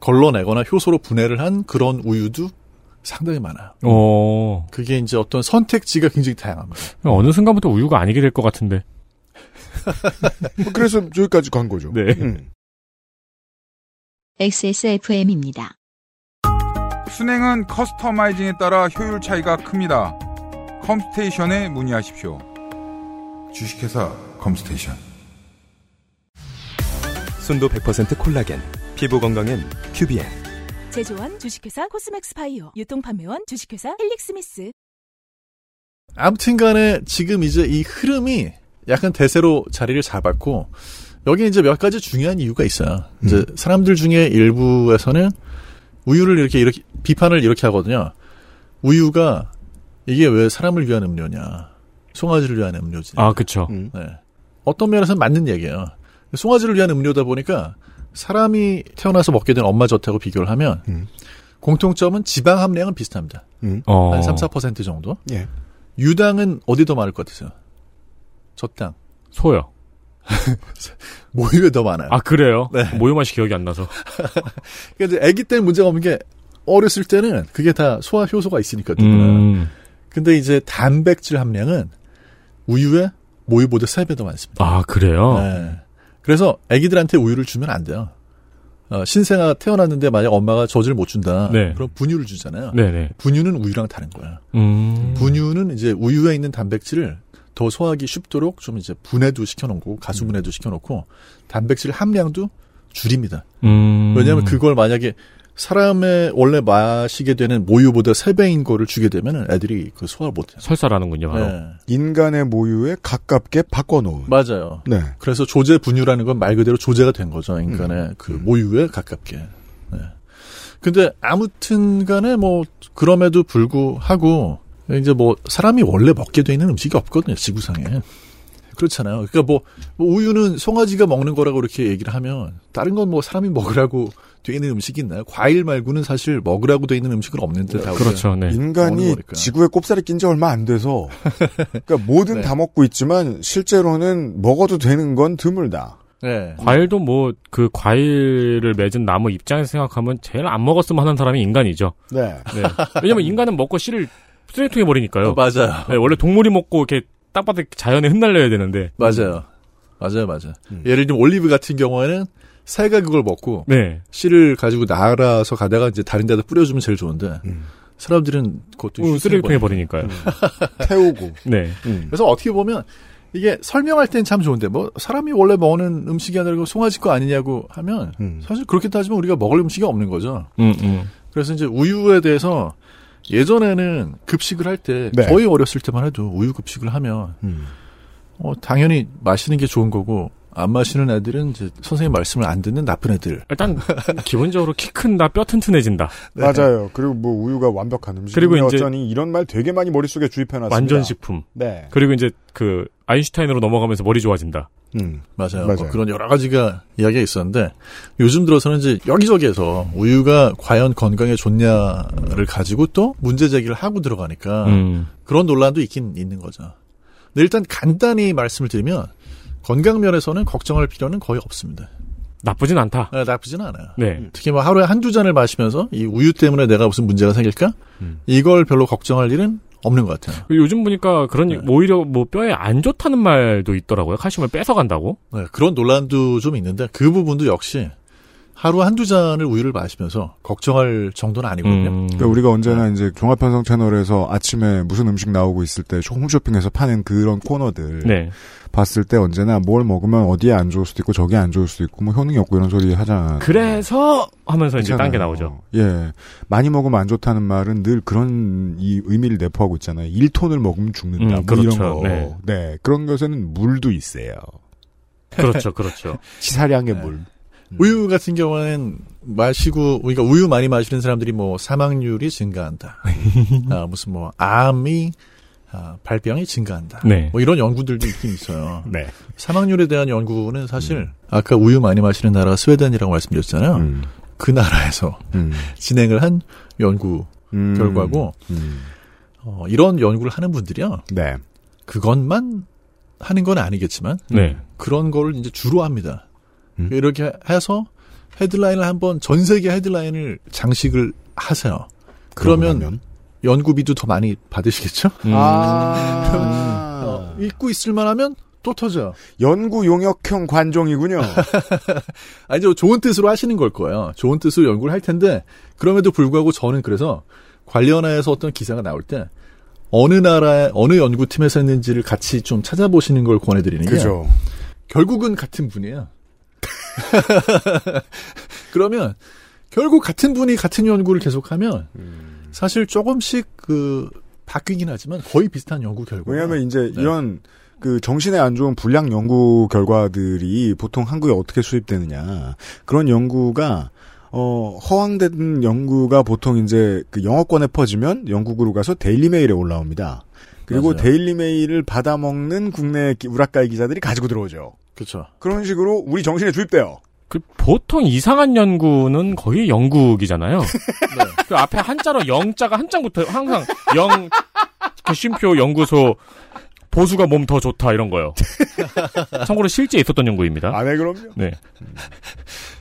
Speaker 8: 걸러내거나 효소로 분해를 한 그런 우유도 상당히 많아요.
Speaker 4: 어.
Speaker 8: 그게 이제 어떤 선택지가 굉장히 다양합니다.
Speaker 4: 어느 순간부터 우유가 아니게 될 것 같은데.
Speaker 8: 음.
Speaker 2: 뭐 그래서 여기까지 간 거죠.
Speaker 4: 네.
Speaker 6: 음.
Speaker 1: XSFM입니다.
Speaker 6: 순행은 커스터마이징에 따라 효율 차이가 큽니다. 컴스테이션에 문의하십시오. 주식회사 컴스테이션.
Speaker 11: 순도 100% 콜라겐. 피부 건강엔 큐비엔.
Speaker 12: 제조원 주식회사 코스맥스 바이오 유통판매원 주식회사 헬릭스미스
Speaker 8: 아무튼 간에 지금 이제 이 흐름이 약간 대세로 자리를 잡았고, 여기 이제 몇 가지 중요한 이유가 있어요. 이제 사람들 중에 일부에서는 우유를 이렇게, 이렇게, 비판을 이렇게 하거든요. 우유가 이게 왜 사람을 위한 음료냐. 송아지를 위한 음료지.
Speaker 4: 아, 그쵸.
Speaker 8: 네. 어떤 면에서는 맞는 얘기예요. 송아지를 위한 음료다 보니까 사람이 태어나서 먹게 된 엄마 젖하고 비교를 하면 공통점은 지방 함량은 비슷합니다.
Speaker 4: 어.
Speaker 8: 한 3, 4% 정도.
Speaker 2: 예.
Speaker 8: 유당은 어디 더 많을 것 같으세요? 젖당.
Speaker 4: 소요.
Speaker 8: 모유에 더 많아요.
Speaker 4: 아, 그래요?
Speaker 8: 네.
Speaker 4: 모유 맛이 기억이 안
Speaker 8: (laughs)
Speaker 4: 나서.
Speaker 8: 그러니까 이제 아기 때는 문제가 없는 게 어렸을 때는 그게 다 소화 효소가 있으니까 누구나.
Speaker 4: 음.
Speaker 8: 근데 이제 단백질 함량은 우유에 모유보다 3배 더 많습니다.
Speaker 4: 아, 그래요?
Speaker 8: 네. 그래서 아기들한테 우유를 주면 안 돼요. 어, 신생아가 태어났는데 만약 엄마가 젖을 못 준다.
Speaker 4: 네.
Speaker 8: 그럼 분유를 주잖아요.
Speaker 4: 네네.
Speaker 8: 분유는 우유랑 다른 거예요.
Speaker 4: 음.
Speaker 8: 분유는 이제 우유에 있는 단백질을 더 소화하기 쉽도록 좀 이제 분해도 시켜놓고 가수분해도 시켜놓고 단백질 함량도 줄입니다.
Speaker 4: 음.
Speaker 8: 왜냐하면 그걸 만약에 사람의 원래 마시게 되는 모유보다 세배인 거를 주게 되면 애들이 그 소화를 못해요.
Speaker 4: 설사라는군요,
Speaker 8: 네.
Speaker 4: 바로.
Speaker 2: 인간의 모유에 가깝게 바꿔놓은.
Speaker 8: 맞아요.
Speaker 2: 네.
Speaker 8: 그래서 조제 분유라는 건 말 그대로 조제가 된 거죠. 인간의 그 모유에 가깝게. 네. 근데 아무튼 간에 뭐 그럼에도 불구하고 이제 뭐 사람이 원래 먹게 돼 있는 음식이 없거든요. 지구상에. 그렇잖아요. 그러니까 뭐, 뭐 우유는 송아지가 먹는 거라고 이렇게 얘기를 하면 다른 건 뭐 사람이 먹으라고 돼 있는 음식이 있나요? 과일 말고는 사실 먹으라고 돼 있는 음식은 없는데 다
Speaker 4: 그렇죠. 네.
Speaker 8: 우리가 먹는
Speaker 2: 인간이
Speaker 8: 거니까.
Speaker 2: 지구에 꼽살이 낀 지 얼마 안 돼서 그러니까
Speaker 4: (laughs)
Speaker 2: 뭐든
Speaker 4: 네.
Speaker 2: 다 먹고 있지만 실제로는 먹어도 되는 건 드물다.
Speaker 8: 네.
Speaker 4: 과일도 뭐, 그 과일을 맺은 나무 입장에서 생각하면 제일 안 먹었으면 하는 사람이 인간이죠.
Speaker 2: 네.
Speaker 4: 네. 왜냐면 인간은 먹고 씨를 쓰레기통에 버리니까요.
Speaker 8: 어, 맞아요.
Speaker 4: 네, 원래 동물이 먹고 이렇게 땅바닥 자연에 흩날려야 되는데.
Speaker 8: 맞아요. 맞아요, 맞아요. 예를 들면 올리브 같은 경우에는 새가 그걸 먹고
Speaker 4: 네.
Speaker 8: 씨를 가지고 날아서 가다가 이제 다른 데다 뿌려주면 제일 좋은데 사람들은 그것도
Speaker 4: 음. 어, 쓰레기통에
Speaker 8: 버리고.
Speaker 4: 버리니까요. (laughs)
Speaker 2: 태우고.
Speaker 4: 네.
Speaker 8: 그래서 어떻게 보면 이게 설명할 땐 참 좋은데 뭐 사람이 원래 먹는 음식이 아니라 송아지 거 아니냐고 하면 사실 그렇게 따지면 우리가 먹을 음식이 없는 거죠.
Speaker 4: 음, 음.
Speaker 8: 그래서 이제 우유에 대해서 예전에는 급식을 할 때
Speaker 4: 네. 음.
Speaker 8: 저희 어렸을 때만 해도 우유 급식을 하면 어, 당연히 마시는 게 좋은 거고 안 마시는 애들은 이제 선생님 말씀을 안 듣는 나쁜 애들.
Speaker 4: 일단 기본적으로 키 큰다 뼈 튼튼해진다.
Speaker 2: 맞아요. 그리고 뭐 우유가 완벽한 음식.
Speaker 4: 네. 그리고 이제-
Speaker 2: 어쩌니 이런 말 되게 많이 머릿속에 주입해놨습니다.
Speaker 4: 완전 식품.
Speaker 2: 네.
Speaker 4: 그리고 이제 그 아인슈타인으로 넘어가면서 머리 좋아진다.
Speaker 2: 음.
Speaker 8: 맞아요.
Speaker 4: 맞아요.
Speaker 8: 뭐 그런 여러 가지가 이야기가 있었는데 요즘 들어서는 이제 여기저기에서 우유가 과연 건강에 좋냐를 가지고 또 문제 제기를 하고 들어가니까
Speaker 4: 음.
Speaker 8: 그런 논란도 있긴 있는 거죠. 근데 일단 간단히 말씀을 드리면 건강 면에서는 걱정할 필요는 거의 없습니다.
Speaker 4: 나쁘진 않다.
Speaker 8: 네, 나쁘진 않아요.
Speaker 4: 네.
Speaker 8: 특히 뭐 하루에 한두 잔을 마시면서 이 우유 때문에 내가 무슨 문제가 생길까? 이걸 별로 걱정할 일은 없는 것 같아요.
Speaker 4: 요즘 보니까 그런 얘기- 오히려 뭐 뼈에 안 좋다는 말도 있더라고요. 칼슘을 뺏어 간다고.
Speaker 8: 네, 그런 논란도 좀 있는데 그 부분도 역시 하루 한두 잔을 우유를 마시면서 걱정할 정도는 아니거든요.
Speaker 4: 음.
Speaker 2: 그러니까 우리가 언제나 이제 종합편성 채널에서 아침에 무슨 음식 나오고 있을 때 홈쇼핑에서 파는 그런 코너들
Speaker 4: 네.
Speaker 2: 봤을 때 언제나 뭘 먹으면 어디에 안 좋을 수도 있고 저기에 안 좋을 수도 있고 뭐 효능이 없고 이런 소리 하잖아요.
Speaker 4: 그래서 하면서 이제 딴 게
Speaker 2: 괜찮아요.
Speaker 4: 나오죠.
Speaker 2: 예. 많이 먹으면 안 좋다는 말은 늘 그런 이 의미를 내포하고 있잖아요. 1톤을 먹으면 죽는다.
Speaker 4: 음,
Speaker 2: 뭐
Speaker 4: 그렇죠.
Speaker 2: 이런 거.
Speaker 4: 네.
Speaker 2: 네. 그런 것에는 물도 있어요. 네.
Speaker 4: 그렇죠, 그렇죠.
Speaker 2: 치사량의 물.
Speaker 8: 우유 같은 경우는 마시고 그러니까 우유 많이 마시는 사람들이 뭐 사망률이 증가한다. 아, 무슨 뭐 암이 아, 발병이 증가한다.
Speaker 4: 네.
Speaker 8: 뭐 이런 연구들도 있긴 있어요.
Speaker 2: 네.
Speaker 8: 사망률에 대한 연구는 사실 아까 우유 많이 마시는 나라가 스웨덴이라고 말씀드렸잖아요.
Speaker 2: 음.
Speaker 4: 음.
Speaker 8: 그 나라에서 (laughs) 진행을 한 연구
Speaker 2: 음.
Speaker 8: 결과고 어, 이런 연구를 하는 분들이요.
Speaker 2: 네.
Speaker 8: 그것만 하는 건 아니겠지만
Speaker 4: 네.
Speaker 8: 그런 거를 이제 주로 합니다. 이렇게 해서 헤드라인을 한번 전 세계 헤드라인을 장식을 하세요. 그러면 음. 연구비도 더 많이 받으시겠죠?
Speaker 2: 음. 아.
Speaker 8: 어, 읽고 있을만 하면 또 터져요.
Speaker 2: (laughs) 연구 용역형
Speaker 8: (laughs)
Speaker 2: 관종이군요.
Speaker 8: 아니죠. 좋은 뜻으로 하시는 걸 거예요. 좋은 뜻으로 연구를 할 텐데, 그럼에도 불구하고 저는 그래서 관련하여서 어떤 기사가 나올 때, 어느 나라의, 어느 연구팀에서 했는지를 같이 좀 찾아보시는 걸 권해드리는 게.
Speaker 2: 그죠.
Speaker 8: 결국은 같은 분이에요. (laughs) 그러면, 결국 같은 분이 같은 연구를 계속하면, 사실 조금씩 그, 바뀌긴 하지만 거의 비슷한 연구 결과.
Speaker 2: 왜냐하면 이제 이런 그 정신에 안 좋은 불량 연구 결과들이 보통 한국에 어떻게 수입되느냐 그런 연구가 어 허황된 연구가 보통 이제 그 영어권에 퍼지면 영국으로 가서 데일리메일에 올라옵니다. 그리고
Speaker 8: 맞아요.
Speaker 2: 데일리메일을 받아먹는 국내 기- 우라카이 기자들이 가지고 들어오죠.
Speaker 8: 그렇죠.
Speaker 2: 그런 식으로 우리 정신에 주입돼요.
Speaker 4: 그 보통 이상한 연구는 거의 영국이잖아요.
Speaker 8: (laughs) 네.
Speaker 4: 그 앞에 한자로 영자가 한 장부터 항상 영 이렇게 쉼표 연구소 보수가 몸 더 좋다 이런
Speaker 8: (laughs)
Speaker 4: 거요. 참고로 실제 있었던 연구입니다.
Speaker 2: 아, 네, 그럼요.
Speaker 4: 네.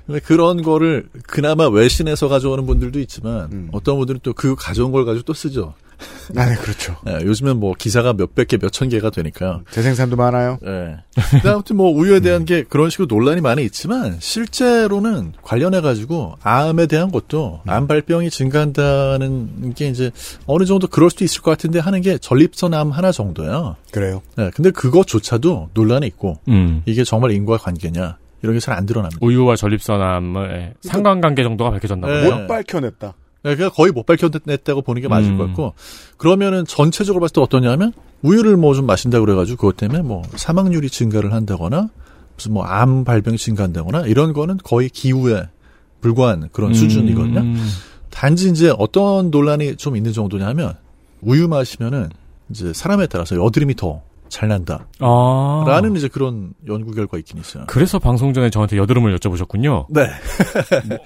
Speaker 8: 근데 그런 거를 그나마 외신에서 가져오는 분들도 있지만
Speaker 2: 음.
Speaker 8: 어떤 분들은 또 그 가져온 걸 가지고 또 쓰죠.
Speaker 2: (laughs) 아, 네, 그렇죠.
Speaker 8: 예, 요즘엔 뭐 기사가 몇백 개, 몇천 개가 되니까요.
Speaker 2: 재생산도 많아요.
Speaker 8: 예. 근데 아무튼 뭐 우유에 대한 게 그런 식으로 논란이 많이 있지만 실제로는 관련해 가지고 암에 대한 것도 암 발병이 증가한다는 게 이제 어느 정도 그럴 수도 있을 것 같은데 하는 게 전립선 암 하나 정도예요.
Speaker 2: 그래요.
Speaker 8: 예. 근데 그것조차도 논란이 있고
Speaker 4: 음.
Speaker 8: 이게 정말 인과 관계냐 이런 게 잘 안 드러납니다.
Speaker 4: 우유와 전립선암의 상관관계 정도가 밝혀졌나
Speaker 8: 네.
Speaker 4: 보네요.
Speaker 8: 못
Speaker 2: 밝혀냈다.
Speaker 8: 네, 그러니까 거의 못 밝혀냈다고 보는 게 맞을
Speaker 4: 음.
Speaker 8: 것 같고 그러면은 전체적으로 봤을 때 어떠냐면 우유를 뭐 좀 마신다 고 그래가지고 그것 때문에 뭐 사망률이 증가를 한다거나 무슨 뭐 암 발병 이 증가한다거나 이런 거는 거의 기우에 불과한
Speaker 4: 음.
Speaker 8: 그런 수준이거든요. 단지 이제 어떤 논란이 좀 있는 정도냐면 우유 마시면은 이제 사람에 따라서 여드름이 더 잘 난다.
Speaker 4: 아.
Speaker 8: 라는 이제 그런 연구 결과 있긴 있어요.
Speaker 4: 그래서 방송 전에 저한테 여드름을 여쭤보셨군요. 뭐,
Speaker 8: 네.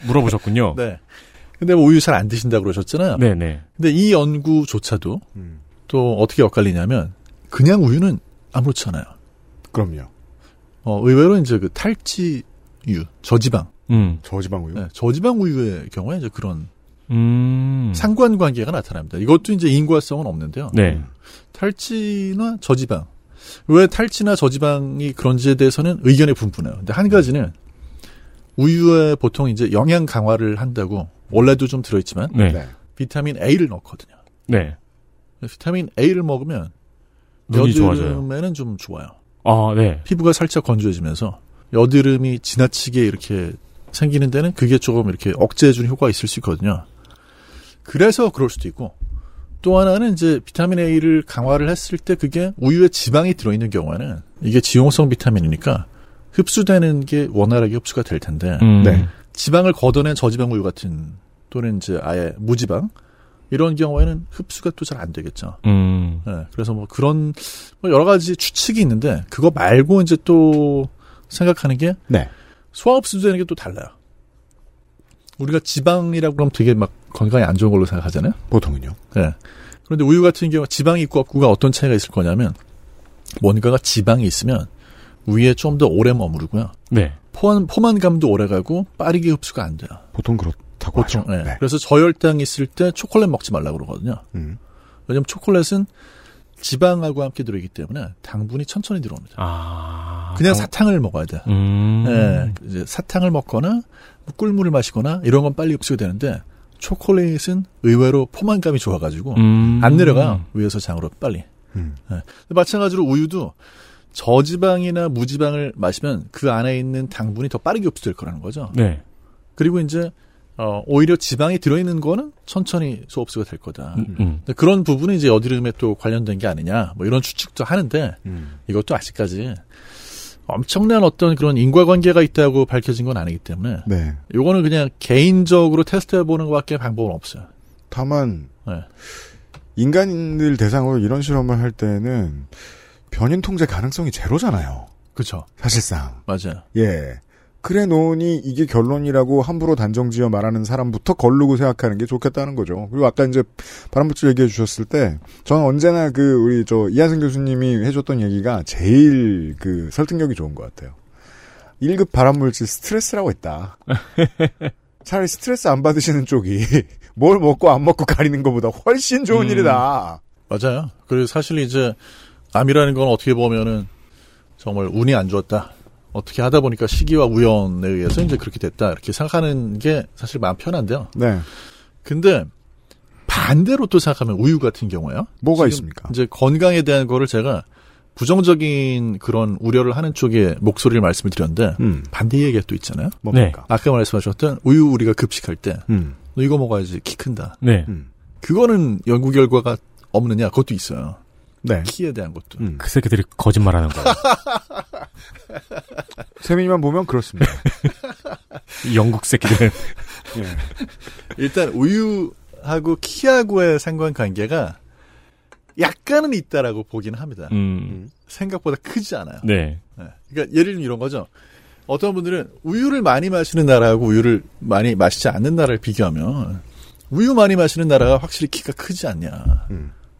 Speaker 4: 물어보셨군요.
Speaker 8: 네. 근데 뭐 우유 잘 안 드신다 고 그러셨잖아요.
Speaker 4: 네네.
Speaker 8: 근데 이 연구조차도
Speaker 4: 음.
Speaker 8: 또 어떻게 엇갈리냐면 그냥 우유는 아무렇지 않아요.
Speaker 2: 그럼요.
Speaker 8: 어, 의외로 이제 그 탈지유, 저지방.
Speaker 4: 음.
Speaker 2: 저지방 우유?
Speaker 8: 네, 저지방 우유의 경우에 이제 그런
Speaker 4: 음.
Speaker 8: 상관 관계가 나타납니다. 이것도 이제 인과성은 없는데요.
Speaker 4: 네.
Speaker 8: 탈지나 저지방. 왜 탈지나 저지방이 그런지에 대해서는 의견이 분분해요. 근데 한 가지는 우유에 보통 이제 영양 강화를 한다고 원래도 좀 들어있지만
Speaker 4: 네. 네.
Speaker 8: 비타민 A를 넣거든요.
Speaker 4: 네.
Speaker 8: 비타민 A를 먹으면
Speaker 4: 눈이
Speaker 8: 여드름에는 좀 좋아요.
Speaker 4: 아, 네.
Speaker 8: 피부가 살짝 건조해지면서 여드름이 지나치게 이렇게 생기는 데는 그게 조금 이렇게 억제해주는 효과가 있을 수 있거든요. 그래서 그럴 수도 있고 또 하나는 이제 비타민 A를 강화를 했을 때 그게 우유에 지방이 들어있는 경우에는 이게 지용성 비타민이니까 흡수되는 게 원활하게 흡수가 될 텐데
Speaker 4: 음. 네.
Speaker 8: 지방을 걷어낸 저지방 우유 같은 또는 이제 아예 무지방 이런 경우에는 흡수가 또 잘 안 되겠죠.
Speaker 4: 음.
Speaker 8: 예, 그래서 뭐 그런 뭐 여러 가지 추측이 있는데 그거 말고 이제 또 생각하는 게
Speaker 2: 네.
Speaker 8: 소화 흡수되는 게 또 달라요. 우리가 지방이라고 그러면 되게 막 건강에 안 좋은 걸로 생각하잖아요.
Speaker 2: 보통은요.
Speaker 8: 예. 그런데 우유 같은 경우 지방이 있고 없고가 어떤 차이가 있을 거냐면 뭔가가 지방이 있으면 위에 좀 더 오래 머무르고요.
Speaker 4: 네.
Speaker 8: 포만, 포만감도 오래 가고 빠르게 흡수가 안 돼요.
Speaker 2: 보통 네. 그렇다고
Speaker 8: 보통. 예. 그래서 저혈당 있을 때 초콜릿 먹지 말라고 그러거든요.
Speaker 2: 음.
Speaker 8: 왜냐면 초콜릿은 지방하고 함께 들어있기 때문에 당분이 천천히 들어옵니다. 그냥 사탕을 아. 먹어야 돼.
Speaker 4: 아, 음.
Speaker 8: 예, 이제 사탕을 먹거나 뭐 꿀물을 마시거나 이런 건 빨리 흡수가 되는데 초콜릿은 의외로 포만감이 좋아가지고
Speaker 4: 음.
Speaker 8: 안 내려가 위에서 장으로 빨리. 예. 마찬가지로 우유도 저지방이나 무지방을 마시면 그 안에 있는 당분이 더 빠르게 흡수될 거라는 거죠.
Speaker 4: 네.
Speaker 8: 그리고 이제 어, 오히려 지방이 들어있는 거는 천천히 소흡수가 될 거다.
Speaker 4: 음, 음.
Speaker 8: 근데 그런 부분이
Speaker 2: 음.
Speaker 8: 이제 여드름에 또 관련된 게 아니냐, 뭐 이런 추측도 하는데 이것도 아직까지 엄청난 어떤 그런 인과관계가 있다고 밝혀진 건 아니기 때문에
Speaker 2: 네.
Speaker 8: 요거는 그냥 개인적으로 테스트해보는 것밖에 방법은 없어요.
Speaker 2: 다만 인간을 대상으로 이런 실험을 할 때는 변인 통제 가능성이 제로잖아요.
Speaker 8: 그렇죠.
Speaker 2: 사실상
Speaker 8: 맞아요.
Speaker 2: 예. 그래 놓으니 이게 결론이라고 함부로 단정지어 말하는 사람부터 걸르고 생각하는 게 좋겠다는 거죠. 그리고 아까 이제 바람부츠 얘기해 주셨을 때 저는 언제나 그 우리 저 이한승 교수님이 해줬던 얘기가 제일 그 설득력이 좋은 것 같아요. 1급 발암물질 스트레스라고
Speaker 8: (laughs)
Speaker 2: 했다. 차라리 스트레스 안 받으시는 쪽이 (laughs) 뭘 먹고 안 먹고 가리는 것보다 훨씬 좋은
Speaker 8: 음.
Speaker 2: 일이다.
Speaker 8: 맞아요. 그리고 사실 이제 암이라는 건 어떻게 보면은 정말 운이 안 좋았다. 어떻게 하다 보니까 시기와 우연에 의해서 이제 그렇게 됐다. 이렇게 생각하는 게 사실 마음 편한데요.
Speaker 2: 네.
Speaker 8: 근데 반대로 또 생각하면 우유 같은 경우에요.
Speaker 2: 뭐가
Speaker 8: 지금
Speaker 2: 있습니까?
Speaker 8: 이제 건강에 대한 거를 제가 부정적인 그런 우려를 하는 쪽의 목소리를 말씀을 드렸는데
Speaker 2: 음.
Speaker 8: 반대 얘기가 또 있잖아요.
Speaker 2: 뭡니까? 음,
Speaker 8: 아까 말씀하셨던 우유 우리가 급식할 때 너 이거 먹어야지 키 큰다.
Speaker 4: 네.
Speaker 8: 그거는 연구 결과가 없느냐? 그것도 있어요.
Speaker 2: 네.
Speaker 8: 키에 대한 것도.
Speaker 4: 그 새끼들이 거짓말하는 거야.
Speaker 8: (laughs)
Speaker 2: 세민이만 보면
Speaker 8: (laughs)
Speaker 2: 그렇습니다.
Speaker 4: 이 영국 새끼들.
Speaker 8: 일단 우유하고 키하고의 상관관계가 약간은 있다라고 보기는 합니다.
Speaker 4: 음.
Speaker 8: 생각보다 크지 않아요.
Speaker 4: 네.
Speaker 8: 네. 그러니까 예를 들면 이런 거죠. 어떤 분들은 우유를 많이 마시는 나라하고 우유를 많이 마시지 않는 나라를 비교하면 우유 많이 마시는 나라가 확실히 키가 크지 않냐.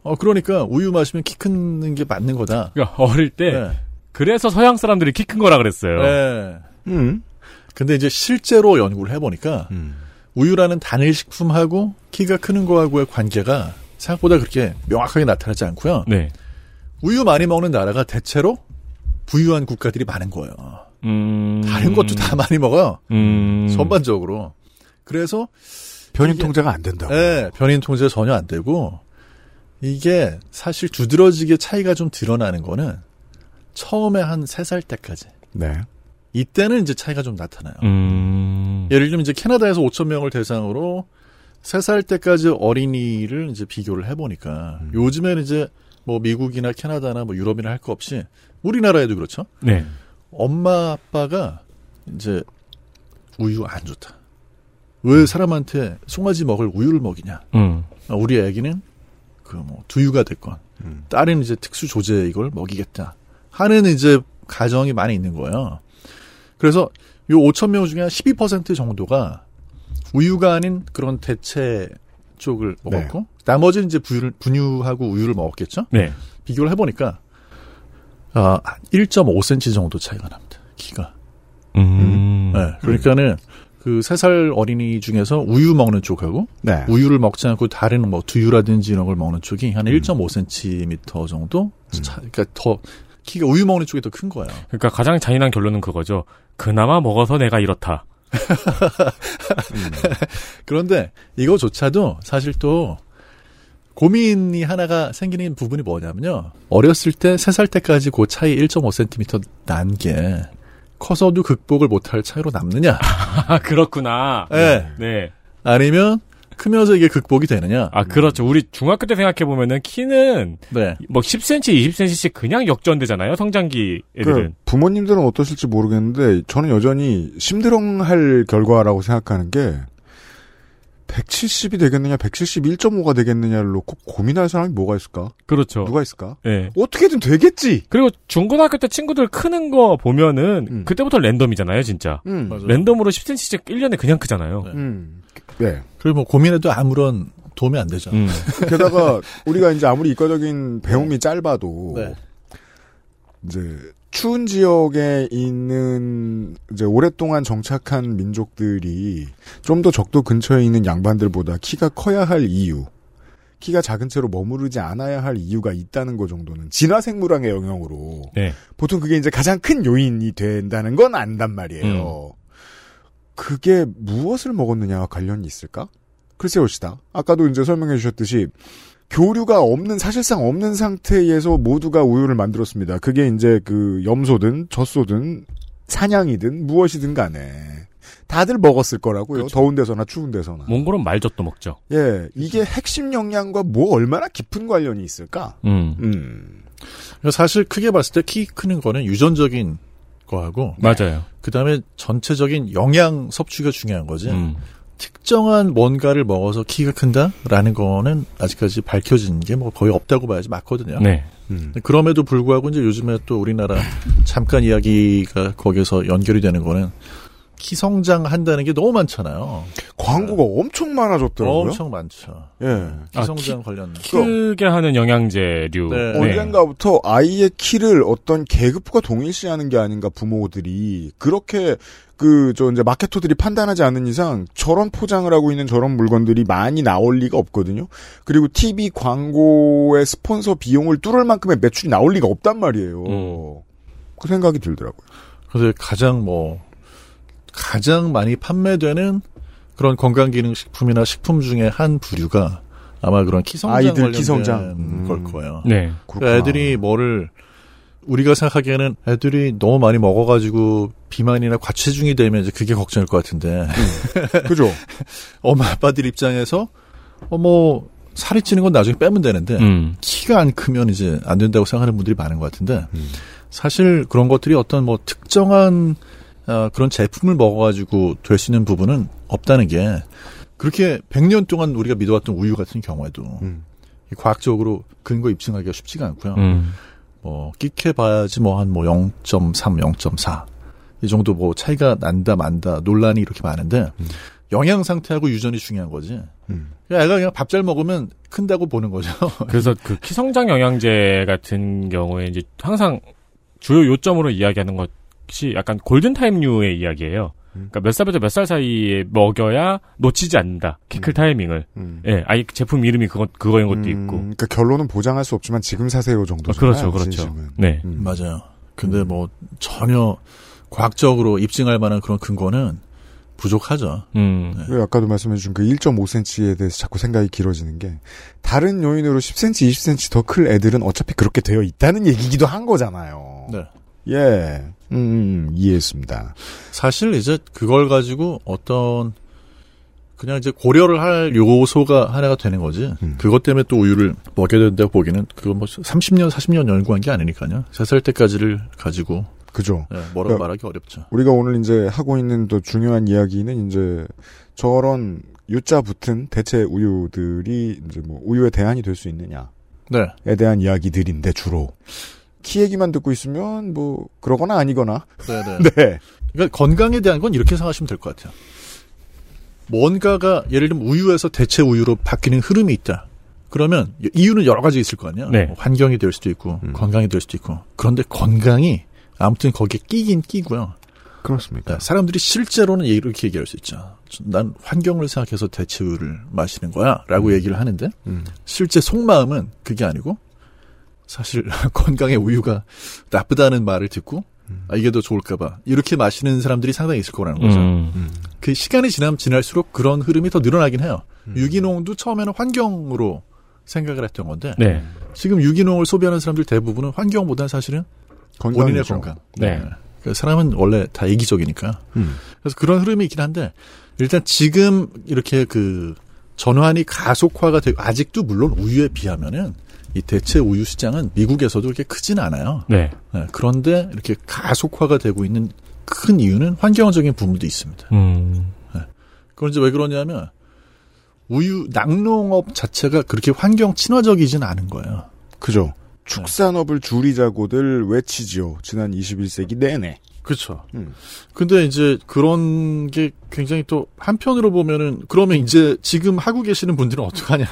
Speaker 8: 어 그러니까 우유 마시면 키 크는 게 맞는 거다.
Speaker 4: 그러니까 어릴 때
Speaker 8: 네.
Speaker 4: 그래서 서양 사람들이 키 큰 거라 그랬어요.
Speaker 8: 네.
Speaker 2: 음,
Speaker 8: 근데 이제 실제로 연구를 해보니까 우유라는 단일 식품하고 키가 크는 거하고의 관계가 생각보다 그렇게 명확하게 나타나지 않고요.
Speaker 4: 네.
Speaker 8: 우유 많이 먹는 나라가 대체로 부유한 국가들이 많은 거예요.
Speaker 4: 음.
Speaker 8: 다른 것도 다 많이 먹어요. 전반적으로. 그래서
Speaker 2: 변인 통제가 안 된다고.
Speaker 8: 네, 변인 통제 전혀 안 되고 이게 사실 두드러지게 차이가 좀 드러나는 거는 처음에 한 세 살 때까지.
Speaker 2: 네.
Speaker 8: 이때는 이제 차이가 좀 나타나요.
Speaker 4: 음.
Speaker 8: 예를 들면 이제 캐나다에서 5천 명을 대상으로 3살 때까지 어린이를 이제 비교를 해보니까 요즘에는 이제 뭐 미국이나 캐나다나 뭐 유럽이나 할 거 없이 우리나라에도 그렇죠.
Speaker 4: 네.
Speaker 8: 엄마 아빠가 이제 우유 안 좋다. 왜 사람한테 송아지 먹을 우유를 먹이냐.
Speaker 4: 음.
Speaker 8: 아, 우리 애기는 그 뭐 두유가 됐건 딸은 이제 특수 조제 이걸 먹이겠다 하는 이제 가정이 많이 있는 거예요. 그래서 요 5천 명 중에 한 12% 정도가 우유가 아닌 그런 대체 쪽을 먹었고 나머지는 이제 분유를, 분유하고 우유를 먹었겠죠.
Speaker 4: 네.
Speaker 8: 비교를 해보니까 아, 1.5cm 정도 차이가 납니다. 키가.
Speaker 4: 음.
Speaker 8: 네, 그러니까는 그 3살 어린이 중에서 우유 먹는 쪽하고
Speaker 2: 네.
Speaker 8: 우유를 먹지 않고 다른 뭐 두유라든지 이런 걸 먹는 쪽이 한 1.5cm 정도 차, 그러니까 더 키가 우유 먹는 쪽이 더 큰 거예요.
Speaker 4: 그러니까 가장 잔인한 결론은 그거죠. 그나마 먹어서 내가 이렇다.
Speaker 8: 그런데 이거조차도 사실 또 고민이 하나가 생기는 부분이 뭐냐면요. 어렸을 때 3살 때까지 그 차이 1.5cm 난 게 커서도 극복을 못할 차이로 남느냐?
Speaker 4: 아, 그렇구나.
Speaker 8: 네.
Speaker 4: 네.
Speaker 8: 아니면 크면서 이게 극복이 되느냐?
Speaker 4: 아, 그렇죠. 우리 중학교 때 생각해보면은 키는
Speaker 8: 네.
Speaker 4: 뭐 10cm, 20cm씩 그냥 역전되잖아요. 성장기
Speaker 2: 그
Speaker 4: 애들은.
Speaker 2: 부모님들은 어떠실지 모르겠는데 저는 여전히 심드렁할 결과라고 생각하는 게 170이 되겠느냐, 171.5가 되겠느냐를 놓고 고민할 사람이 뭐가 있을까?
Speaker 8: 어.
Speaker 4: 그렇죠.
Speaker 2: 누가 있을까?
Speaker 4: 네.
Speaker 2: 어떻게든 되겠지.
Speaker 4: 그리고 중고등학교 때 친구들 크는 거 보면은 그때부터 랜덤이잖아요, 진짜.
Speaker 2: 음.
Speaker 8: 맞아요.
Speaker 4: 랜덤으로 10cm씩 1년에 그냥 크잖아요.
Speaker 2: 네.
Speaker 8: 그리고 뭐 고민해도 아무런 도움이 안 되죠.
Speaker 4: 음,
Speaker 8: (laughs)
Speaker 2: 게다가 우리가 이제 아무리 이과적인 배움이 짧아도
Speaker 8: 네.
Speaker 2: 이제 추운 지역에 있는 이제 오랫동안 정착한 민족들이 좀 더 적도 근처에 있는 양반들보다 키가 커야 할 이유, 키가 작은 채로 머무르지 않아야 할 이유가 있다는 거 정도는 진화 생물학의 영역으로
Speaker 4: 네.
Speaker 2: 보통 그게 이제 가장 큰 요인이 된다는 건 안단 말이에요.
Speaker 8: 음.
Speaker 2: 그게 무엇을 먹었느냐와 관련이 있을까? 글쎄요, 시다. 아까도 이제 설명해 주셨듯이 교류가 없는 사실상 없는 상태에서 모두가 우유를 만들었습니다. 그게 이제 그 염소든 젖소든 사냥이든 무엇이든 간에 다들 먹었을 거라고요.
Speaker 8: 그렇죠.
Speaker 2: 더운 데서나 추운 데서나.
Speaker 8: 뭐,
Speaker 4: 몽골은 말젓도 먹죠.
Speaker 2: 예, 이게 핵심 영양과 뭐 얼마나 깊은 관련이 있을까?
Speaker 4: 음.
Speaker 2: 음.
Speaker 8: 사실 크게 봤을 때 키 크는 거는 유전적인 거하고
Speaker 4: 맞아요.
Speaker 8: 그다음에 전체적인 영양 섭취가 중요한 거지.
Speaker 4: 음.
Speaker 8: 특정한 뭔가를 먹어서 키가 큰다라는 거는 아직까지 밝혀진 게 뭐 거의 없다고 봐야지 맞거든요.
Speaker 4: 네.
Speaker 8: 그럼에도 불구하고 이제 요즘에 또 우리나라 잠깐 이야기가 거기서 연결이 되는 거는 키 성장한다는 게 너무 많잖아요.
Speaker 2: 광고가 엄청 많아졌더라고요.
Speaker 8: 네. 엄청 많죠.
Speaker 2: 예.
Speaker 8: 아, 기성장 관련
Speaker 4: 크게 하는 영양제류. 네.
Speaker 2: 언젠가부터 아이의 키를 어떤 계급과 동일시하는 게 아닌가 부모들이 그렇게 그 저 이제 마케터들이 판단하지 않는 이상 저런 포장을 하고 있는 저런 물건들이 많이 나올 리가 없거든요. 그리고 TV 광고의 스폰서 비용을 뚫을 만큼의 매출이 나올 리가 없단 말이에요.
Speaker 4: 음.
Speaker 2: 그 생각이 들더라고요.
Speaker 8: 그래서 가장 뭐 가장 많이 판매되는 그런 건강기능식품이나 식품 중에 한 부류가 아마 그런 키성장
Speaker 2: 아이들
Speaker 8: 관련된
Speaker 2: 키성장.
Speaker 8: 걸 거예요.
Speaker 4: 네.
Speaker 8: 그러니까 애들이 뭐를 우리가 생각하기에는 애들이 너무 많이 먹어가지고 비만이나 과체중이 되면 이제 그게 걱정일 것 같은데.
Speaker 2: (laughs) 그죠.
Speaker 8: 엄마 아빠들 입장에서 어뭐 살이 찌는 건 나중에 빼면 되는데
Speaker 4: 음.
Speaker 8: 키가 안 크면 이제 안 된다고 생각하는 분들이 많은 것 같은데 사실 그런 것들이 어떤 뭐 특정한 아, 그런 제품을 먹어가지고 될 수 있는 부분은 없다는 게 그렇게 100년 동안 우리가 믿어왔던 우유 같은 경우에도 이 과학적으로 근거 입증하기가 쉽지가 않고요.
Speaker 4: 음.
Speaker 8: 뭐 끼케 봐야지 뭐 한 뭐 0.3, 0.4. 이 정도 뭐 차이가 난다 만다 논란이 이렇게 많은데 영양 상태하고 유전이 중요한 거지. 그러니까 애가 그냥 밥 잘 먹으면 큰다고 보는 거죠.
Speaker 4: 그래서 그 키성장 영양제 같은 경우에 이제 항상 주요 요점으로 이야기하는 것이 약간 골든타임류의 이야기예요. 그러니까 몇 살부터 몇 살 사이에 먹여야 놓치지 않는다. 키클 타이밍을. 예, 아예 제품 이름이 그거, 그거인 것도 있고.
Speaker 2: 그러니까 결론은 보장할 수 없지만 음. 지금 사세요 정도.
Speaker 4: 아, 그렇죠, 그렇죠. 네.
Speaker 8: 맞아요. 근데 뭐 전혀 과학적으로 입증할 만한 그런 근거는 부족하죠.
Speaker 4: 음.
Speaker 2: 그리고 아까도 말씀해주신 그 1.5cm에 대해서 자꾸 생각이 길어지는 게 다른 요인으로 10cm, 20cm 더 클 애들은 어차피 그렇게 되어 있다는 얘기기도 한 거잖아요.
Speaker 8: 네.
Speaker 2: 예, 음, 이해했습니다.
Speaker 8: 사실 이제 그걸 가지고 어떤 그냥 이제 고려를 할 요소가 하나가 되는 거지.
Speaker 2: 음.
Speaker 8: 그것 때문에 또 우유를 먹여야 된다고 보기는 그건 뭐 30년, 40년 연구한 게 아니니까요. 세 살 때까지를 가지고
Speaker 2: 그죠.
Speaker 8: 예, 뭐라고
Speaker 2: 그러니까
Speaker 8: 말하기 어렵죠.
Speaker 2: 우리가 오늘 이제 하고 있는 또 중요한 이야기는 이제 저런 U자 붙은 대체 우유들이 이제 뭐 우유의 대안이 될 수 있느냐.
Speaker 8: 네.
Speaker 2: 에 대한 이야기들인데 주로 키 얘기만 듣고 있으면 뭐 그러거나 아니거나
Speaker 8: 네네.
Speaker 2: 네.
Speaker 8: 그러니까 건강에 대한 건 이렇게 생각하시면 될 것 같아요. 뭔가가 예를 들면 우유에서 대체 우유로 바뀌는 흐름이 있다. 그러면 이유는 여러 가지 있을 거 아니야.
Speaker 4: 네.
Speaker 8: 뭐 환경이 될 수도 있고 건강이 될 수도 있고. 그런데 건강이 아무튼 거기에 끼긴 끼고요.
Speaker 2: 그렇습니까?
Speaker 8: 네, 사람들이 실제로는 이렇게 얘기할 수 있죠. 난 환경을 생각해서 대체 우유를 마시는
Speaker 4: 음.
Speaker 8: 거야라고 얘기를 하는데 실제 속마음은 그게 아니고 사실 (laughs) 건강에 우유가 나쁘다는 말을 듣고 아, 이게 더 좋을까봐 이렇게 마시는 사람들이 상당히 있을 거라는 거죠.
Speaker 4: 음.
Speaker 8: 그 시간이 지나면 지날수록 그런 흐름이 더 늘어나긴 해요.
Speaker 4: 음.
Speaker 8: 유기농도 처음에는 환경으로 생각을 했던 건데
Speaker 4: 네.
Speaker 8: 지금 유기농을 소비하는 사람들 대부분은 환경보다는 사실은 본인의
Speaker 4: 건강이죠.
Speaker 8: 건강.
Speaker 4: 네.
Speaker 8: 그 사람은 원래 다 이기적이니까.
Speaker 2: 음.
Speaker 8: 그래서 그런 흐름이 있긴 한데 일단 지금 이렇게 그 전환이 가속화가 되고 아직도 물론 우유에 비하면은 이 대체 우유 시장은 미국에서도 그렇게 크진 않아요.
Speaker 4: 네.
Speaker 8: 네, 그런데 이렇게 가속화가 되고 있는 큰 이유는 환경적인 부분도 있습니다.
Speaker 4: 음.
Speaker 8: 그건 이제 왜 그러냐면 우유 낙농업 자체가 그렇게 환경 친화적이진 않은 거예요.
Speaker 2: 그죠. 축산업을 줄이자고들 외치지요. 지난 21세기 내내.
Speaker 8: 그렇죠. 근데 이제 그런 게 굉장히 또 한편으로 보면은 그러면 이제 지금 하고 계시는 분들은 어떡하냐.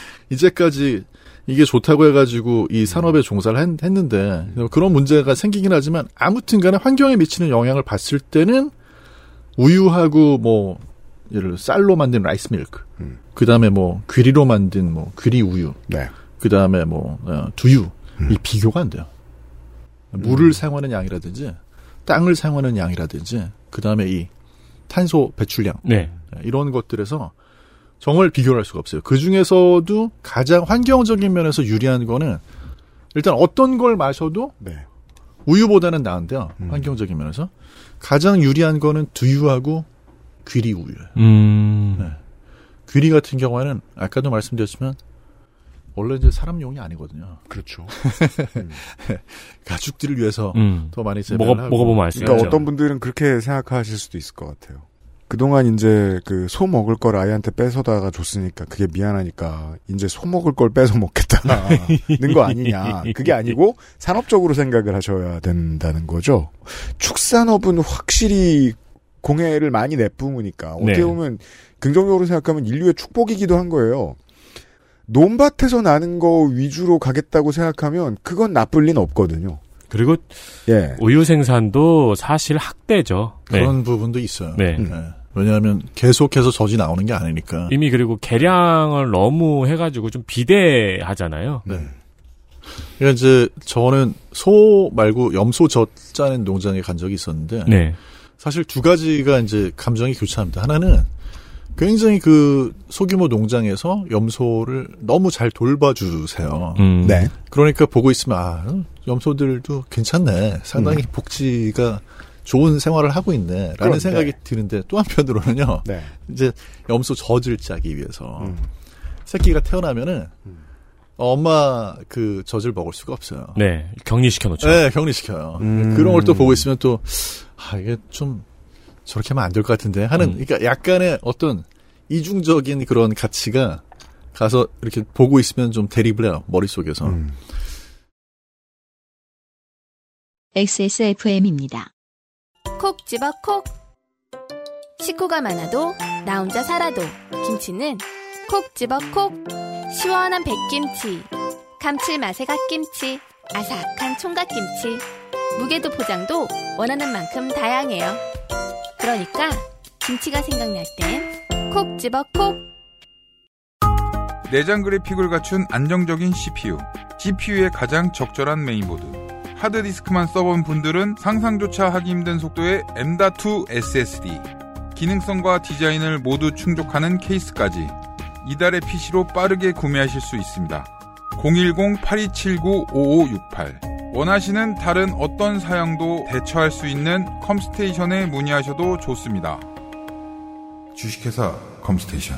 Speaker 8: (laughs) 이제까지 이게 좋다고 해가지고 이 산업에 종사를 했, 는데 그런 문제가 생기긴 하지만 아무튼 간에 환경에 미치는 영향을 봤을 때는 우유하고 뭐 예를 들어 쌀로 만든 라이스 밀크 그 다음에 뭐 귀리로 만든 뭐 귀리 우유 그 다음에 뭐 어, 두유 이 비교가 안 돼요 물을 사용하는 양이라든지 땅을 사용하는 양이라든지 그 다음에 이 탄소 배출량
Speaker 4: 네.
Speaker 8: 이런 것들에서 정말 비교를 할 수가 없어요. 그 중에서도 가장 환경적인 면에서 유리한 거는 일단 어떤 걸 마셔도
Speaker 2: 네.
Speaker 8: 우유보다는 나은데요.
Speaker 2: 음.
Speaker 8: 환경적인 면에서 가장 유리한 거는 두유하고 귀리 우유.
Speaker 4: 음.
Speaker 8: 귀리 같은 경우에는 아까도 말씀드렸지만 원래 이제 사람용이 아니거든요.
Speaker 2: 그렇죠.
Speaker 8: (laughs) 가축들을 위해서
Speaker 2: 음.
Speaker 8: 더 많이 재배를
Speaker 2: 먹어-
Speaker 8: 하고.
Speaker 2: 먹어보면 알수 그러니까 있죠. 어떤 분들은 그렇게 생각하실 수도 있을 것 같아요. 그동안 이제 그 소 먹을 걸 아이한테 뺏어다가 줬으니까 그게 미안하니까 이제 소 먹을 걸 뺏어 먹겠다는 (laughs) 거 아니냐. 그게 아니고 산업적으로 생각을 하셔야 된다는 거죠. 축산업은 확실히 공해를 많이 내뿜으니까 어떻게
Speaker 4: 네.
Speaker 2: 보면 긍정적으로 생각하면 인류의 축복이기도 한 거예요. 논밭에서 나는 거 위주로 가겠다고 생각하면 그건 나쁠 리는 없거든요. 예.
Speaker 4: 그리고 우유 생산도 사실 학대죠.
Speaker 8: 그런
Speaker 4: 네.
Speaker 8: 부분도 있어요.
Speaker 4: 네.
Speaker 8: 네. 왜냐하면 계속해서 젖이 나오는 게 아니니까.
Speaker 4: 이미 그리고 개량을 너무 해가지고 좀 비대하잖아요.
Speaker 8: 네. 그러니까 이제 저는 소 말고 염소 젖 짜는 농장에 간 적이 있었는데
Speaker 4: 네.
Speaker 8: 사실 두 가지가 이제 감정이 교차합니다. 하나는 굉장히 그 소규모 농장에서 염소를 너무 잘 돌봐주세요.
Speaker 4: 음.
Speaker 2: 네.
Speaker 8: 그러니까 보고 있으면 아 염소들도 괜찮네. 상당히
Speaker 2: 음.
Speaker 8: 복지가 좋은 생활을 하고 있네라는
Speaker 2: 그럼,
Speaker 8: 생각이
Speaker 2: 네.
Speaker 8: 드는데 또 한편으로는요.
Speaker 2: 네. 음.
Speaker 8: 이제 염소 젖을 짜기 위해서 새끼가 태어나면은 엄마 그 젖을 먹을 수가 없어요.
Speaker 4: 네, 격리시켜 놓죠.
Speaker 2: 그렇죠.
Speaker 8: 네, 격리시켜요.
Speaker 4: 음.
Speaker 8: 그런 걸 또 보고 있으면 또, 아, 이게 좀, 저렇게 하면 안 될 것 같은데 하는,
Speaker 4: 음.
Speaker 8: 그러니까 약간의 어떤 이중적인 그런 가치가 가서 이렇게 보고 있으면 좀 대립을 해요, 머릿속에서.
Speaker 2: 음.
Speaker 1: XSFM입니다.
Speaker 5: 콕 집어 콕. 식구가 많아도 나 혼자 살아도 김치는 콕 집어 콕. 시원한 백김치, 감칠맛의 갓김치, 아삭한 총각김치. 무게도 포장도 원하는 만큼 다양해요. 그러니까 김치가 생각날 땐 콕 집어 콕.
Speaker 6: 네. 내장 그래픽을 갖춘 안정적인 CPU, CPU의 가장 적절한 메인보드. 하드디스크만 써본 분들은 상상조차 하기 힘든 속도의 M.2 SSD. 기능성과 디자인을 모두 충족하는 케이스까지 이달의 PC로 빠르게 구매하실 수 있습니다. 010-8279-5568. 원하시는 다른 어떤 사양도 대처할 수 있는 컴스테이션에 문의하셔도 좋습니다. 주식회사 컴스테이션.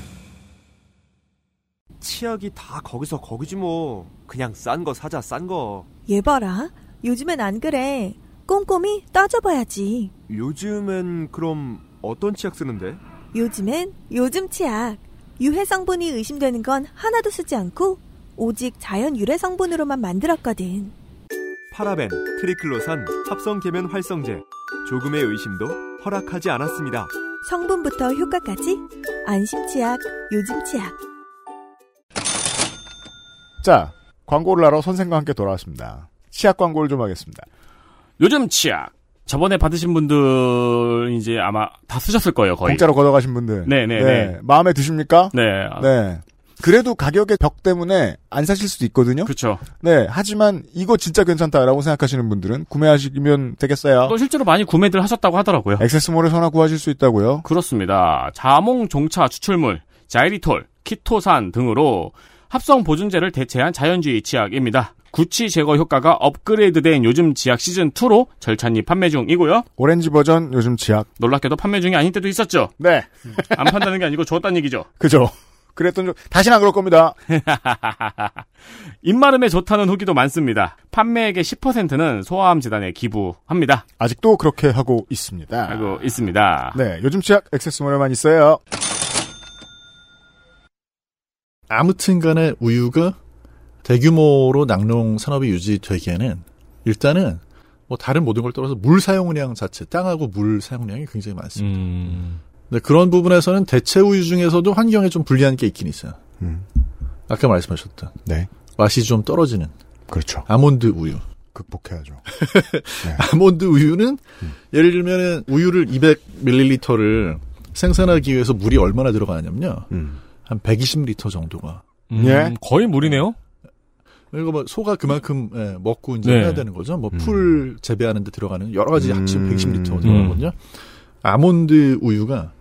Speaker 10: 치약이 다 거기서 거기지 뭐. 그냥 싼 거 사자 싼 거.
Speaker 7: 얘 봐라. 요즘엔 안 그래. 꼼꼼히 따져봐야지.
Speaker 10: 요즘엔 그럼 어떤 치약 쓰는데?
Speaker 7: 요즘엔 요즘 치약. 유해 성분이 의심되는 건 하나도 쓰지 않고 오직 자연 유래 성분으로만 만들었거든.
Speaker 10: 파라벤, 트리클로산, 합성 계면 활성제. 조금의 의심도 허락하지 않았습니다.
Speaker 7: 성분부터 효과까지 안심 치약, 요즘 치약.
Speaker 2: 자, 광고를 하러 선생과 함께 돌아왔습니다. 치약 광고를 좀 하겠습니다.
Speaker 9: 요즘 치약. 저번에 받으신 분들 이제 아마 다 쓰셨을 거예요, 거의.
Speaker 2: 공짜로 걷어가신 분들.
Speaker 9: 네네네.
Speaker 2: 마음에 드십니까?
Speaker 9: 네.
Speaker 2: 네. 그래도 가격의 벽 때문에 안 사실 수도 있거든요.
Speaker 9: 그렇죠.
Speaker 2: 네. 하지만 이거 진짜 괜찮다라고 생각하시는 분들은 구매하시면 되겠어요.
Speaker 9: 또 실제로 많이 구매들 하셨다고 하더라고요.
Speaker 2: 네. 그러니까. 액세스몰에서나 구하실 수 있다고요.
Speaker 9: 그렇습니다. 자몽 종차 추출물, 자이리톨, 키토산 등으로 합성 보존제를 대체한 자연주의 치약입니다. 구취 제거 효과가 업그레이드된 요즘 치약 시즌 2로 절찬리 판매 중이고요.
Speaker 2: 오렌지 버전 요즘 치약.
Speaker 9: 놀랍게도 판매 중이 아닌 때도 있었죠.
Speaker 2: 네.
Speaker 9: 안 판다는 게 아니고 줬다는 얘기죠. (laughs)
Speaker 2: 그죠. 그랬던 적, 다시는 안 그럴 겁니다.
Speaker 9: 입마름에 좋다는 후기도 많습니다. 판매액의 10%는 소아암 재단에 기부합니다.
Speaker 2: 아직도 그렇게 하고 있습니다.
Speaker 9: 하고 있습니다.
Speaker 2: 아. 네. 요즘 치약 액세스몰에만 있어요.
Speaker 8: 아무튼 간에 우유가 대규모로 낙농 산업이 유지되기에는 일단은 뭐 다른 모든 걸 떠나서 물 사용량 자체, 땅하고 물 사용량이
Speaker 2: 음.
Speaker 8: 굉장히 많습니다.
Speaker 4: 음,
Speaker 8: 근데 그런 부분에서는 대체 우유 중에서도 환경에 좀 불리한 게 있긴 있어요.
Speaker 2: 음.
Speaker 8: 아까 말씀하셨던
Speaker 2: 네.
Speaker 8: 맛이 좀 떨어지는
Speaker 2: 그렇죠.
Speaker 8: 아몬드 우유. (laughs)
Speaker 2: 극복해야죠.
Speaker 8: 아몬드 우유는
Speaker 2: 음.
Speaker 8: 예를 들면은 우유를 200ml를 생산하기 위해서 물이 얼마나 들어가냐면요.
Speaker 2: 음.
Speaker 8: 한 120리터 정도가.
Speaker 4: 음, 예. 거의 물이네요.
Speaker 8: 그리고 뭐 소가 그만큼 예, 먹고 이제
Speaker 4: 네.
Speaker 8: 해야 되는 거죠.
Speaker 2: 음.
Speaker 8: 뭐 풀 재배하는 데 들어가는 여러 가지 합치
Speaker 4: 음.
Speaker 8: 110리터 들어가거든요. 아몬드 우유가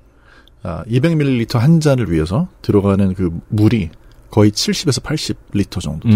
Speaker 8: 아, 200ml 한 잔을 위해서 들어가는 그 물이 거의 70에서 80리터
Speaker 2: 음.
Speaker 8: 정도.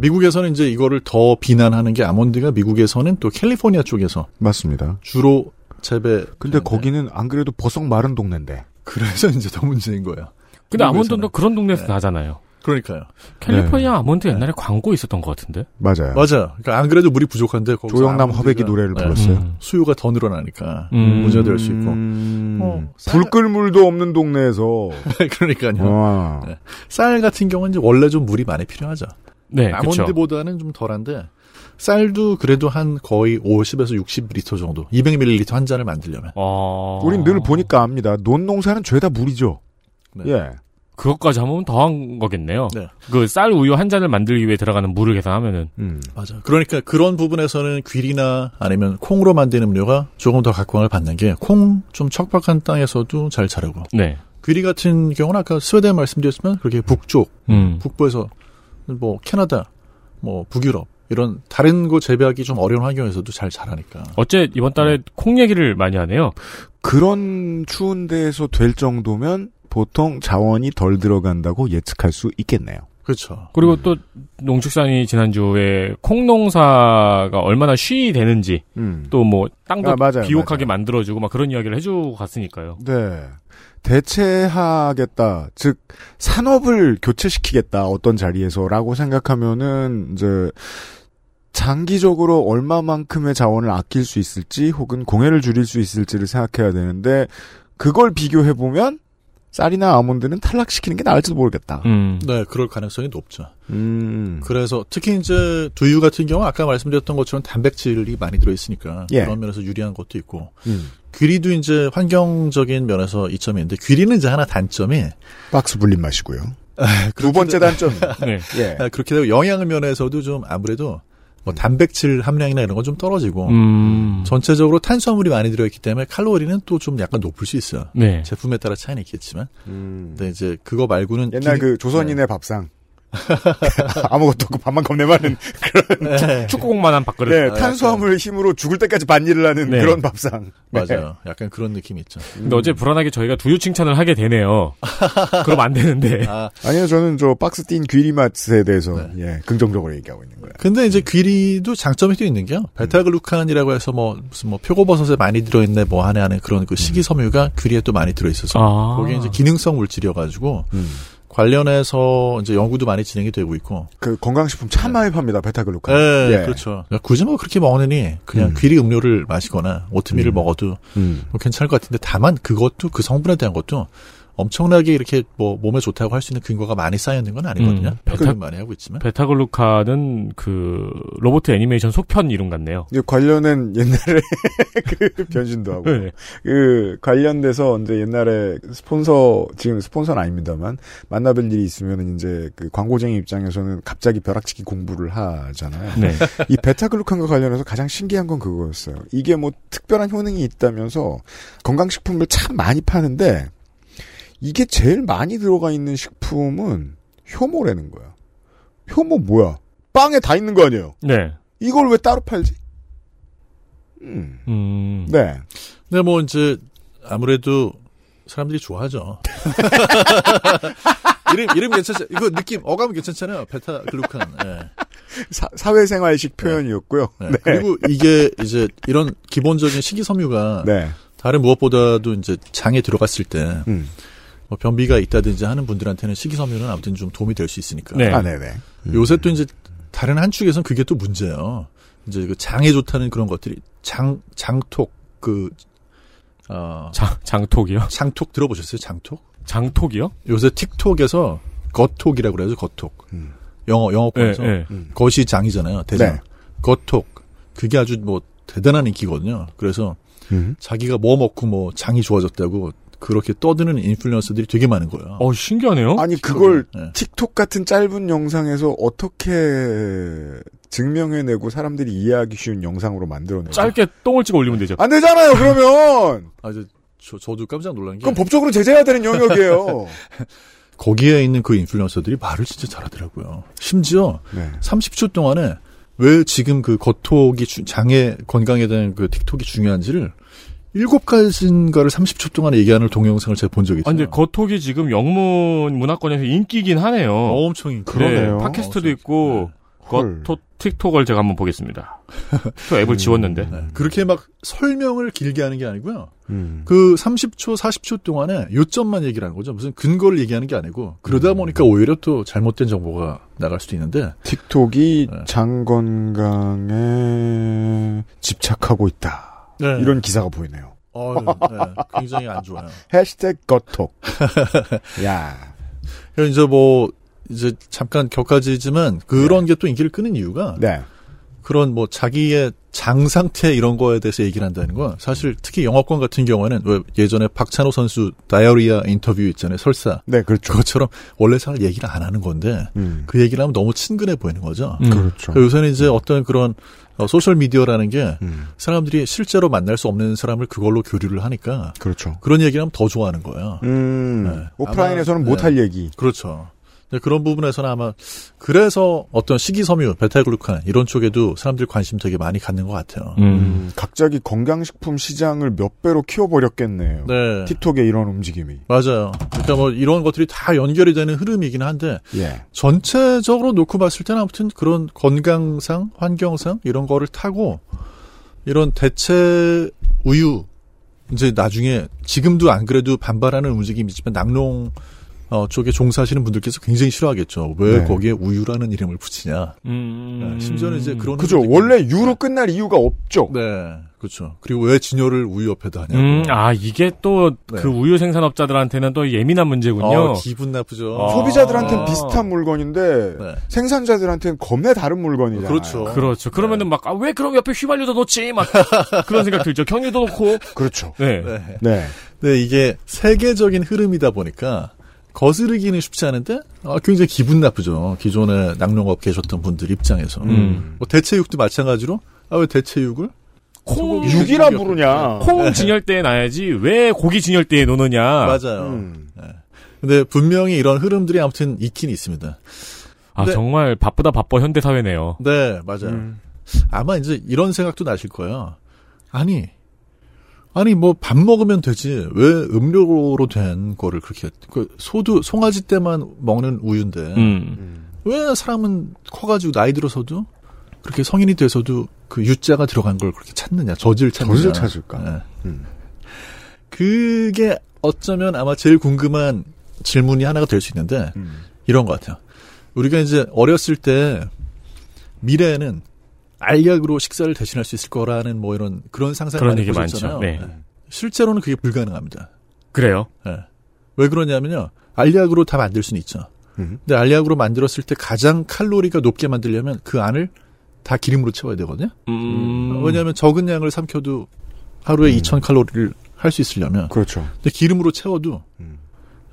Speaker 8: 미국에서는 이제 이거를 더 비난하는 게 아몬드가 미국에서는 또 캘리포니아 쪽에서
Speaker 2: 맞습니다.
Speaker 8: 주로 재배.
Speaker 2: 근데 거기는 안 그래도 버석 마른 동네인데.
Speaker 8: 그래서 이제 더 문제인 거예요.
Speaker 4: 근데
Speaker 8: 미국에서는.
Speaker 4: 아몬드도 그런 동네에서 나잖아요.
Speaker 8: 그러니까요.
Speaker 4: 캘리포니아 아몬드 옛날에 광고 있었던 것 같은데?
Speaker 2: 맞아요.
Speaker 8: 맞아. 그러니까 안 그래도 물이 부족한데 거기서
Speaker 2: 네. 조영남
Speaker 8: 아몬드가- 네.
Speaker 2: 허백이 노래를 불렀어요.
Speaker 4: 음.
Speaker 8: 수요가 더 늘어나니까
Speaker 2: 음.
Speaker 8: 문제가 될 수 있고.
Speaker 2: 어, 불끌 물도 없는 (laughs) 동네에서
Speaker 8: (laughs) 그러니까요.
Speaker 2: 어. 와.
Speaker 8: 네. 쌀 같은 경우는 이제 원래 좀 물이 많이 필요하죠.
Speaker 4: 네,
Speaker 8: 아몬드보다는 좀 덜한데 쌀도 그래도 한 거의 50에서 60리터 정도, 200ml 한 잔을 만들려면.
Speaker 2: 어.
Speaker 4: 어.
Speaker 2: 우린 늘 보니까 압니다. 논농사는 죄다 물이죠.
Speaker 8: 네.
Speaker 2: 예.
Speaker 4: 그것까지 하면 더한 거겠네요. 그 쌀 우유 한 잔을 만들기 위해 들어가는 물을 계산하면은.
Speaker 2: 음.
Speaker 8: 맞아. 그러니까 그런 부분에서는 귀리나 아니면 콩으로 만든 음료가 조금 더 각광을 받는 게 콩 좀 척박한 땅에서도 잘 자르고.
Speaker 4: 네.
Speaker 8: 귀리 같은 경우는 아까 스웨덴 말씀드렸지만 그렇게 북쪽,
Speaker 4: 음.
Speaker 8: 북부에서 뭐 캐나다, 뭐 북유럽 이런 다른 거 재배하기 좀 어려운 환경에서도 잘 자라니까.
Speaker 4: 어째 이번 달에
Speaker 2: 네.
Speaker 4: 콩 얘기를 많이 하네요.
Speaker 2: 그런 추운 데에서 될 정도면 보통 자원이 덜 들어간다고 예측할 수 있겠네요.
Speaker 8: 그렇죠.
Speaker 4: 그리고
Speaker 2: 음.
Speaker 4: 또 농축산이 지난주에 콩 농사가 얼마나 쉬이 되는지 또 뭐 땅도
Speaker 2: 아, 맞아요,
Speaker 4: 비옥하게 만들어주고 막 그런 이야기를 해주고 갔으니까요.
Speaker 2: 네. 대체하겠다. 즉, 산업을 교체시키겠다. 어떤 자리에서라고 생각하면은, 이제, 장기적으로 얼마만큼의 자원을 아낄 수 있을지 혹은 공해를 줄일 수 있을지를 생각해야 되는데, 그걸 비교해보면, 쌀이나 아몬드는 탈락시키는 게 나을지도 모르겠다.
Speaker 4: 음.
Speaker 8: 네, 그럴 가능성이 높죠.
Speaker 2: 음.
Speaker 8: 그래서 특히 이제 두유 같은 경우 아까 말씀드렸던 것처럼 단백질이 많이 들어있으니까
Speaker 2: 예.
Speaker 8: 그런 면에서 유리한 것도 있고
Speaker 2: 그 음.
Speaker 8: 귀리도 이제 환경적인 면에서 이점인데 귀리는 이제 하나 단점이
Speaker 2: 박스 불린 맛이고요.
Speaker 8: 두
Speaker 2: 아, 번째
Speaker 8: (laughs)
Speaker 2: 단점.
Speaker 4: 네.
Speaker 2: 예.
Speaker 8: 아, 그렇게 되고 영양 면에서도 좀 아무래도 뭐 단백질 함량이나 이런 건 좀 떨어지고
Speaker 4: 음.
Speaker 8: 전체적으로 탄수화물이 많이 들어있기 때문에 칼로리는 또 좀 약간 높을 수 있어요.
Speaker 4: 네.
Speaker 8: 제품에 따라 차이는 있겠지만. 근데 이제 그거 말고는
Speaker 2: 음. 옛날 그 조선인의 밥상. (laughs) 아무것도 없고 밥만 겁내
Speaker 8: (laughs)
Speaker 2: 많은 그런
Speaker 8: 네.
Speaker 4: 축구공만한 밥그릇.
Speaker 8: 그렇죠.
Speaker 2: 네, 탄수화물 힘으로 죽을 때까지 반일을 하는
Speaker 4: 네.
Speaker 2: 그런 밥상. 네.
Speaker 8: 맞아요. 약간 그런 느낌이 있죠.
Speaker 4: 근데 어제 불안하게 저희가 두유 칭찬을 하게
Speaker 8: (laughs)
Speaker 4: 되네요. 그럼 안 되는데.
Speaker 2: 아니요, 저는 저 박스 띈 귀리 맛에 대해서
Speaker 8: 네.
Speaker 2: 예, 긍정적으로 얘기하고 있는 거예요.
Speaker 8: 근데 이제 귀리도 장점이 또 있는 게요. 베타글루칸이라고 해서 뭐 무슨 뭐 표고버섯에 많이 들어있네 뭐 하네 하는 그런 그 식이섬유가 귀리에 또 많이 들어있어서
Speaker 4: 아.
Speaker 8: 거기에 이제 기능성 물질이어가지고 관련해서 이제 연구도 많이 진행이 되고 있고.
Speaker 2: 그 건강식품 참 많이 팝니다. 베타글루칸.
Speaker 8: 네,
Speaker 2: 예.
Speaker 8: 그렇죠. 굳이 뭐 그렇게 먹느니 그냥 귀리 음료를 마시거나 오트밀을 먹어도
Speaker 2: 음.
Speaker 8: 뭐 괜찮을 것 같은데 다만 그것도 그 성분에 대한 것도 엄청나게 이렇게 뭐 몸에 좋다고 할 수 있는 근거가 많이 쌓여 있는 건 아니거든요.
Speaker 4: 음,
Speaker 8: 배타 많이 하고 있지만.
Speaker 4: 베타글루칸은 그 로봇 애니메이션 속편 이름 같네요.
Speaker 2: 이제 관련은 옛날에 (laughs) 그 변신도
Speaker 8: 네.
Speaker 2: 하고 그 관련돼서 이제 옛날에 스폰서 지금 스폰서는 아닙니다만 만나뵐 일이 있으면 이제 그 광고쟁이 입장에서는 갑자기 벼락치기 공부를 하잖아요.
Speaker 8: (laughs)
Speaker 4: 네.
Speaker 2: 이 베타글루칸과 관련해서 가장 신기한 건 그거였어요. 이게 뭐 특별한 효능이 있다면서 건강식품을 참 많이 파는데 이게 제일 많이 들어가 있는 식품은 효모라는 거야. 효모 뭐야? 빵에 다 있는 거 아니에요?
Speaker 4: 네.
Speaker 2: 이걸 왜 따로 팔지? 음. 네.
Speaker 8: 근데 뭐 이제 아무래도 사람들이
Speaker 2: (laughs)
Speaker 8: 좋아하죠. 이름 이름 괜찮죠? 이거 느낌 어감 괜찮잖아요. 베타 글루칸. 예,
Speaker 2: 사, 회생활식 표현이었고요. 네.
Speaker 8: 그리고 이게 이제 이런 기본적인 식이섬유가
Speaker 2: 네.
Speaker 8: 다른 무엇보다도 이제 장에 들어갔을 때.
Speaker 2: 음.
Speaker 8: 뭐 변비가 있다든지 하는 분들한테는 식이섬유는 아무튼 좀 도움이 될 수 있으니까.
Speaker 2: 네. 아, 네네.
Speaker 8: 요새 또 이제 다른 한 축에서는 그게 또 문제예요. 이제 그 장에 좋다는 그런 것들이 장 장톡 그 어,
Speaker 4: 장, 장톡이요?
Speaker 8: 장톡 들어보셨어요? 장톡?
Speaker 4: 장톡이요?
Speaker 8: 요새 틱톡에서 겉톡이라고 그래요. 겉톡.
Speaker 2: 음.
Speaker 8: 영어 영어권에서
Speaker 4: 네, 네.
Speaker 8: 겉이 장이잖아요. 대장.
Speaker 4: 네.
Speaker 8: 겉톡. 그게 아주 뭐 대단한 인기거든요. 그래서
Speaker 2: 음.
Speaker 8: 자기가 뭐 먹고 뭐 장이 좋아졌다고 그렇게 떠드는 인플루언서들이 되게 많은 거예요. 예.
Speaker 4: 어 신기하네요.
Speaker 2: 아니 그걸 틱톡 같은 짧은 영상에서 어떻게 증명해내고 사람들이 이해하기 쉬운 영상으로 만들어내요?
Speaker 4: 짧게 똥을 찍어 올리면 되죠.
Speaker 2: 안 되잖아요. (laughs) 그러면
Speaker 8: 아, 저, 저, 저도 깜짝 놀란 게.
Speaker 2: 그건 법적으로 제재해야 되는 영역이에요.
Speaker 8: 거기에 있는 그 인플루언서들이 말을 진짜 잘하더라고요. 심지어
Speaker 2: (laughs) 네.
Speaker 8: 30초 동안에 왜 지금 그 겉톡이 주- 장애 건강에 대한 그 틱톡이 중요한지를 일곱 가지인가를 30초 동안에 얘기하는 동영상을 제가 본 적이
Speaker 4: 아,
Speaker 8: 있어요.
Speaker 4: 근데 겉톡이 지금 영문 문화권에서 인기긴 하네요.
Speaker 8: 어, 엄청 인기.
Speaker 4: 네,
Speaker 8: 그러네요.
Speaker 4: 팟캐스트도 있고 겉톡
Speaker 9: 틱톡을 제가 한번
Speaker 8: (laughs)
Speaker 9: 보겠습니다. 또 앱을 지웠는데.
Speaker 8: 네. 그렇게 막 설명을 길게 하는 게 아니고요.
Speaker 2: 음.
Speaker 8: 그 30초, 40초 동안에 요점만 얘기를 하는 거죠. 무슨 근거를 얘기하는 게 아니고 그러다 보니까 오히려 또 잘못된 정보가 나갈 수도 있는데
Speaker 2: 틱톡이 장건강에 집착하고 있다.
Speaker 8: 네.
Speaker 2: 이런 기사가 보이네요.
Speaker 8: 어, (laughs) 네, 네. 굉장히 안 좋아요.
Speaker 2: 해시태그 (laughs) 거톡. 야.
Speaker 8: 그래서 이제 뭐 네. 이제 잠깐 격하지지만 그런 게 또 인기를 끄는 이유가
Speaker 2: 네.
Speaker 8: 그런 뭐 자기의 장 상태 이런 거에 대해서 얘기를 한다는 건 사실 특히 영화권 같은 경우에는 왜 예전에 박찬호 선수 다이어리아 인터뷰 있잖아요 설사
Speaker 2: 네 그렇죠
Speaker 8: 그것처럼 원래 잘 얘기를 안 하는 건데 그 얘기를 하면 너무 친근해 보이는 거죠
Speaker 2: 음. 음. 그렇죠.
Speaker 8: 그러니까 요새는 이제 어떤 그런 소셜 미디어라는 게 사람들이 실제로 만날 수 없는 사람을 그걸로 교류를 하니까
Speaker 2: 그렇죠
Speaker 8: 그런 얘기를 하면 더 좋아하는 거예요
Speaker 2: 음. 오프라인에서는
Speaker 8: 아마,
Speaker 2: 못할
Speaker 8: 네.
Speaker 2: 얘기.
Speaker 8: 그렇죠. 근데 그런 부분에서는 아마 그래서 어떤 식이섬유, 베타글루칸 이런 쪽에도 사람들이 관심 되게 많이 갖는 것 같아요.
Speaker 2: 음, 갑자기 건강식품 시장을 몇 배로 키워버렸겠네요.
Speaker 8: 네.
Speaker 2: 틱톡의 이런 움직임이.
Speaker 8: 맞아요. 그러니까 뭐 이런 것들이 다 연결이 되는 흐름이긴 한데
Speaker 2: 예.
Speaker 8: 전체적으로 놓고 봤을 때는 아무튼 그런 건강상, 환경상 이런 거를 타고 이런 대체 우유 이제 나중에 지금도 안 그래도 반발하는 움직임이지만 낙농 어, 쪽에 종사하시는 분들께서 굉장히 싫어하겠죠. 왜
Speaker 2: 네.
Speaker 8: 거기에 우유라는 이름을 붙이냐.
Speaker 4: 음.
Speaker 8: 네, 심지어는 이제 그런
Speaker 2: 그죠. 원래 유로 끝날 이유가 없죠.
Speaker 8: 네. 그렇죠. 그리고 왜 진열을 우유 옆에다 하냐.
Speaker 4: 음, 아, 이게 또 그
Speaker 8: 네.
Speaker 4: 우유 생산업자들한테는 또 예민한 문제군요.
Speaker 8: 아, 기분 나쁘죠. 아. 네.
Speaker 2: 소비자들한테는 비슷한 물건인데 생산자들한테는 겁내 다른 물건이잖아요.
Speaker 4: 그렇죠. 그렇죠. 그러면은 막, 아, 왜 그럼 옆에 휘발유도 놓지? 막, 그런 생각 들죠. 경유도 놓고.
Speaker 2: 그렇죠.
Speaker 4: 네.
Speaker 8: 네.
Speaker 2: 네.
Speaker 8: 근데 이게 세계적인 흐름이다 보니까 거스르기는 쉽지 않은데 아, 굉장히 기분 나쁘죠. 기존에 낙농업 계셨던 분들 입장에서.
Speaker 4: 음.
Speaker 8: 뭐 대체육도 마찬가지로 아, 왜 대체육을 네.
Speaker 4: 콩
Speaker 2: 육이라 부르냐.
Speaker 4: 콩 진열대에 놔야지 왜 고기 진열대에 놓느냐.
Speaker 8: 맞아요.
Speaker 2: 음.
Speaker 8: 네. 근데 분명히 이런 흐름들이 아무튼 있긴 있습니다.
Speaker 4: 아,
Speaker 8: 근데-
Speaker 4: 정말 바쁘다 바빠 현대 사회네요.
Speaker 8: 네, 맞아요.
Speaker 2: 음.
Speaker 8: 아마 이제 이런 생각도 나실 거예요. 아니, 아니 뭐 밥 먹으면 되지 왜 음료로 된 거를 그렇게 그 소도 송아지 때만 먹는 우유인데
Speaker 4: 네.
Speaker 2: 음.
Speaker 4: 음.
Speaker 8: 왜 사람은 커가지고 나이 들어서도 그렇게 성인이 돼서도 그 유자가 들어간 걸 그렇게 찾느냐 저질 찾느냐
Speaker 2: 저질 찾을까?
Speaker 8: 네.
Speaker 4: 음.
Speaker 8: 그게 어쩌면 아마 제일 궁금한 질문이 하나가 될 수 있는데
Speaker 4: 음.
Speaker 8: 이런 것 같아요. 우리가 이제 어렸을 때 미래에는 알약으로 식사를 대신할 수 있을 거라는 뭐 이런 그런 상상을
Speaker 4: 그런
Speaker 8: 많이
Speaker 4: 얘기
Speaker 8: 보셨잖아요.
Speaker 4: 많죠. 네.
Speaker 8: 실제로는 그게 불가능합니다.
Speaker 4: 그래요?
Speaker 8: 예. 왜 그러냐면요. 알약으로 다 만들 수는 있죠. 근데 알약으로 만들었을 때 가장 칼로리가 높게 만들려면 그 안을 다 기름으로 채워야 되거든요.
Speaker 4: 음.
Speaker 8: 왜냐하면 적은 양을 삼켜도 하루에 2,000 칼로리를 할 수 있으려면
Speaker 2: 그렇죠.
Speaker 8: 근데 기름으로 채워도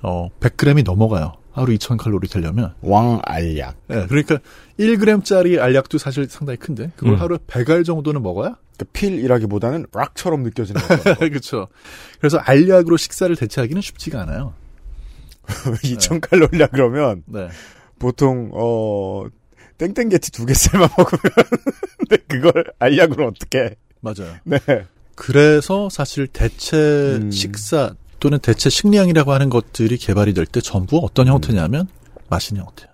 Speaker 8: 어 100g이 넘어가요. 하루 2,000 칼로리 되려면
Speaker 2: 왕 알약.
Speaker 8: 예, 그러니까 1g짜리 알약도 사실 상당히 큰데 그걸
Speaker 2: 음.
Speaker 8: 하루에 100알 정도는 먹어야
Speaker 2: 그러니까 필이라기보다는 락처럼 느껴지는
Speaker 8: 그렇죠. 그래서 알약으로 식사를 대체하기는 쉽지가 않아요.
Speaker 2: 2,000 칼로리라 그러면
Speaker 8: 네.
Speaker 2: 보통 어 땡땡게티 두 개 삶아 (laughs) 먹으면 근데 그걸 알약으로 어떻게?
Speaker 8: 맞아요.
Speaker 2: 네.
Speaker 8: 그래서 사실 대체 식사 또는 대체 식량이라고 하는 것들이 개발이 될 때 전부 어떤 형태냐면 마시는 형태.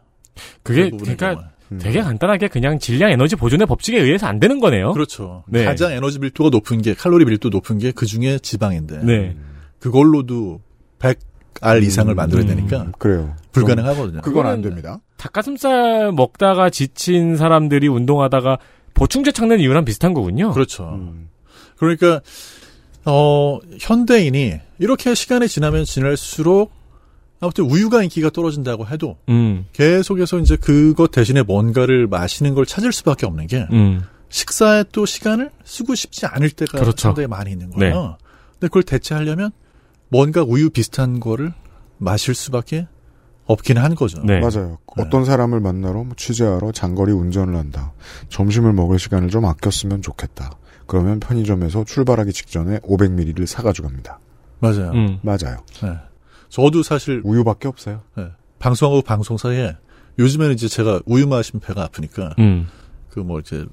Speaker 4: 그게,
Speaker 8: 그런 부분에
Speaker 4: 그러니까 되게 간단하게 그냥 질량 에너지 보존의 법칙에 의해서 안 되는 거네요.
Speaker 8: 그렇죠.
Speaker 4: 네.
Speaker 8: 가장 에너지 밀도가 높은 게 칼로리 밀도 높은 게 그 중에 지방인데
Speaker 4: 네.
Speaker 8: 그걸로도 100알 이상을 만들어야 되니까
Speaker 2: 음, 그래요.
Speaker 8: 불가능하거든요.
Speaker 2: 그건 안 됩니다.
Speaker 4: 닭가슴살 먹다가 지친 사람들이 운동하다가 보충제 찾는 이유랑 비슷한 거군요.
Speaker 8: 그렇죠. 그러니까 어 현대인이 이렇게 시간이 지나면 지날수록 아무튼 우유가 인기가 떨어진다고 해도
Speaker 4: 음.
Speaker 8: 계속해서 이제 그것 대신에 뭔가를 마시는 걸 찾을 수밖에 없는 게
Speaker 4: 음.
Speaker 8: 식사에 또 시간을 쓰고 싶지 않을 때가
Speaker 4: 그렇죠. 네.
Speaker 8: 상당히 많이 있는 거예요. 근데 그걸 대체하려면 뭔가 우유 비슷한 거를 마실 수밖에 없긴 한 거죠.
Speaker 4: 네.
Speaker 2: 맞아요. 어떤 사람을 만나러 뭐 취재하러 장거리 운전을 한다. 점심을 먹을 시간을 좀 아꼈으면 좋겠다. 그러면 편의점에서 출발하기 직전에 500ml를 사가지고 갑니다.
Speaker 8: 맞아요.
Speaker 4: 음.
Speaker 2: 맞아요.
Speaker 8: 네. 저도 사실
Speaker 2: 우유밖에 없어요.
Speaker 8: 네. 방송하고 방송 사이에 요즘에는 이제 제가 우유 마신 배가 아프니까
Speaker 4: 음.
Speaker 8: 그 뭐 이제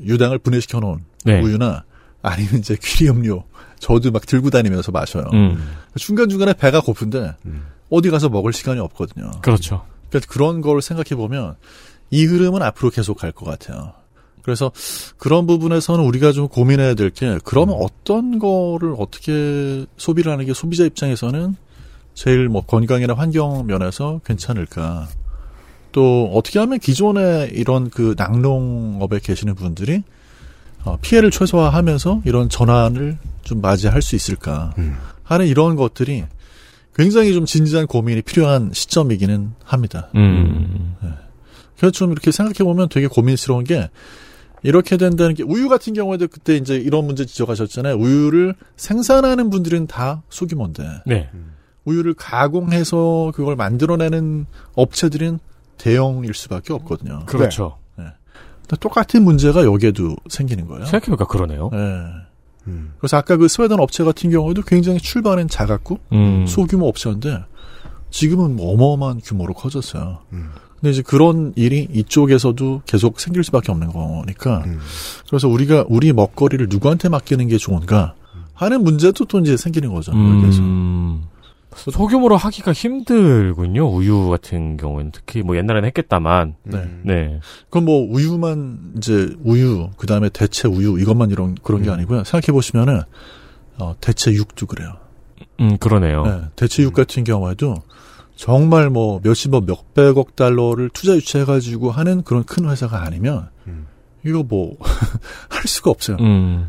Speaker 8: 유당을 분해시켜 놓은
Speaker 4: 네.
Speaker 8: 우유나 아니면 이제 귀리 음료 저도 막 들고 다니면서 마셔요.
Speaker 4: 음.
Speaker 8: 중간 중간에 배가 고픈데 어디 가서 먹을 시간이 없거든요.
Speaker 4: 그렇죠.
Speaker 8: 그러니까 그런 걸 생각해 보면 이 흐름은 앞으로 계속 갈 것 같아요. 그래서 그런 부분에서는 우리가 좀 고민해야 될 게 그러면 어떤 거를 어떻게 소비를 하는 게 소비자 입장에서는 제일 뭐 건강이나 환경 면에서 괜찮을까? 또 어떻게 하면 기존에 이런 그 낙농업에 계시는 분들이 어, 피해를 최소화하면서 이런 전환을 좀 맞이할 수 있을까 하는 이런 것들이 굉장히 좀 진지한 고민이 필요한 시점이기는 합니다.
Speaker 4: 음.
Speaker 8: 네. 그래서 좀 이렇게 생각해 보면 되게 고민스러운 게 이렇게 된다는 게 우유 같은 경우에도 그때 이제 이런 문제 지적하셨잖아요. 우유를 생산하는 분들은 다 소규모인데
Speaker 4: 네.
Speaker 8: 우유를 가공해서 그걸 만들어내는 업체들은 대형일 수밖에 없거든요.
Speaker 4: 그렇죠.
Speaker 8: 네. 근데 똑같은 문제가 여기에도 생기는 거예요.
Speaker 4: 생각해보니까 그러네요.
Speaker 8: 네.
Speaker 2: 음,
Speaker 8: 그래서 아까 그 스웨덴 업체 같은 경우에도 굉장히 출발은 작았고
Speaker 4: 음.
Speaker 8: 소규모 업체인데 지금은 뭐 어마어마한 규모로 커졌어요. 근데 이제 그런 일이 이쪽에서도 계속 생길 수밖에 없는 거니까
Speaker 2: 음.
Speaker 8: 그래서 우리가 우리 먹거리를 누구한테 맡기는 게 좋은가 하는 문제도 또 이제 생기는 거죠. 여기에서.
Speaker 4: 음. 소규모로 하기가 힘들군요. 우유 같은 경우는 특히 뭐 옛날엔 했겠다만.
Speaker 8: 네.
Speaker 2: 음.
Speaker 4: 네.
Speaker 8: 그건 뭐 우유만 이제 우유 그다음에 대체 우유 이것만 이런 그런 게 아니고요. 생각해 보시면은 어, 대체 육도 그래요.
Speaker 4: 음, 그러네요.
Speaker 8: 네, 대체 육 같은 경우에도 정말 뭐 몇십억 몇백억 달러를 투자 유치해 가지고 하는 그런 큰 회사가 아니면 이거 뭐 (laughs) 할 수가 없어요.
Speaker 4: 음.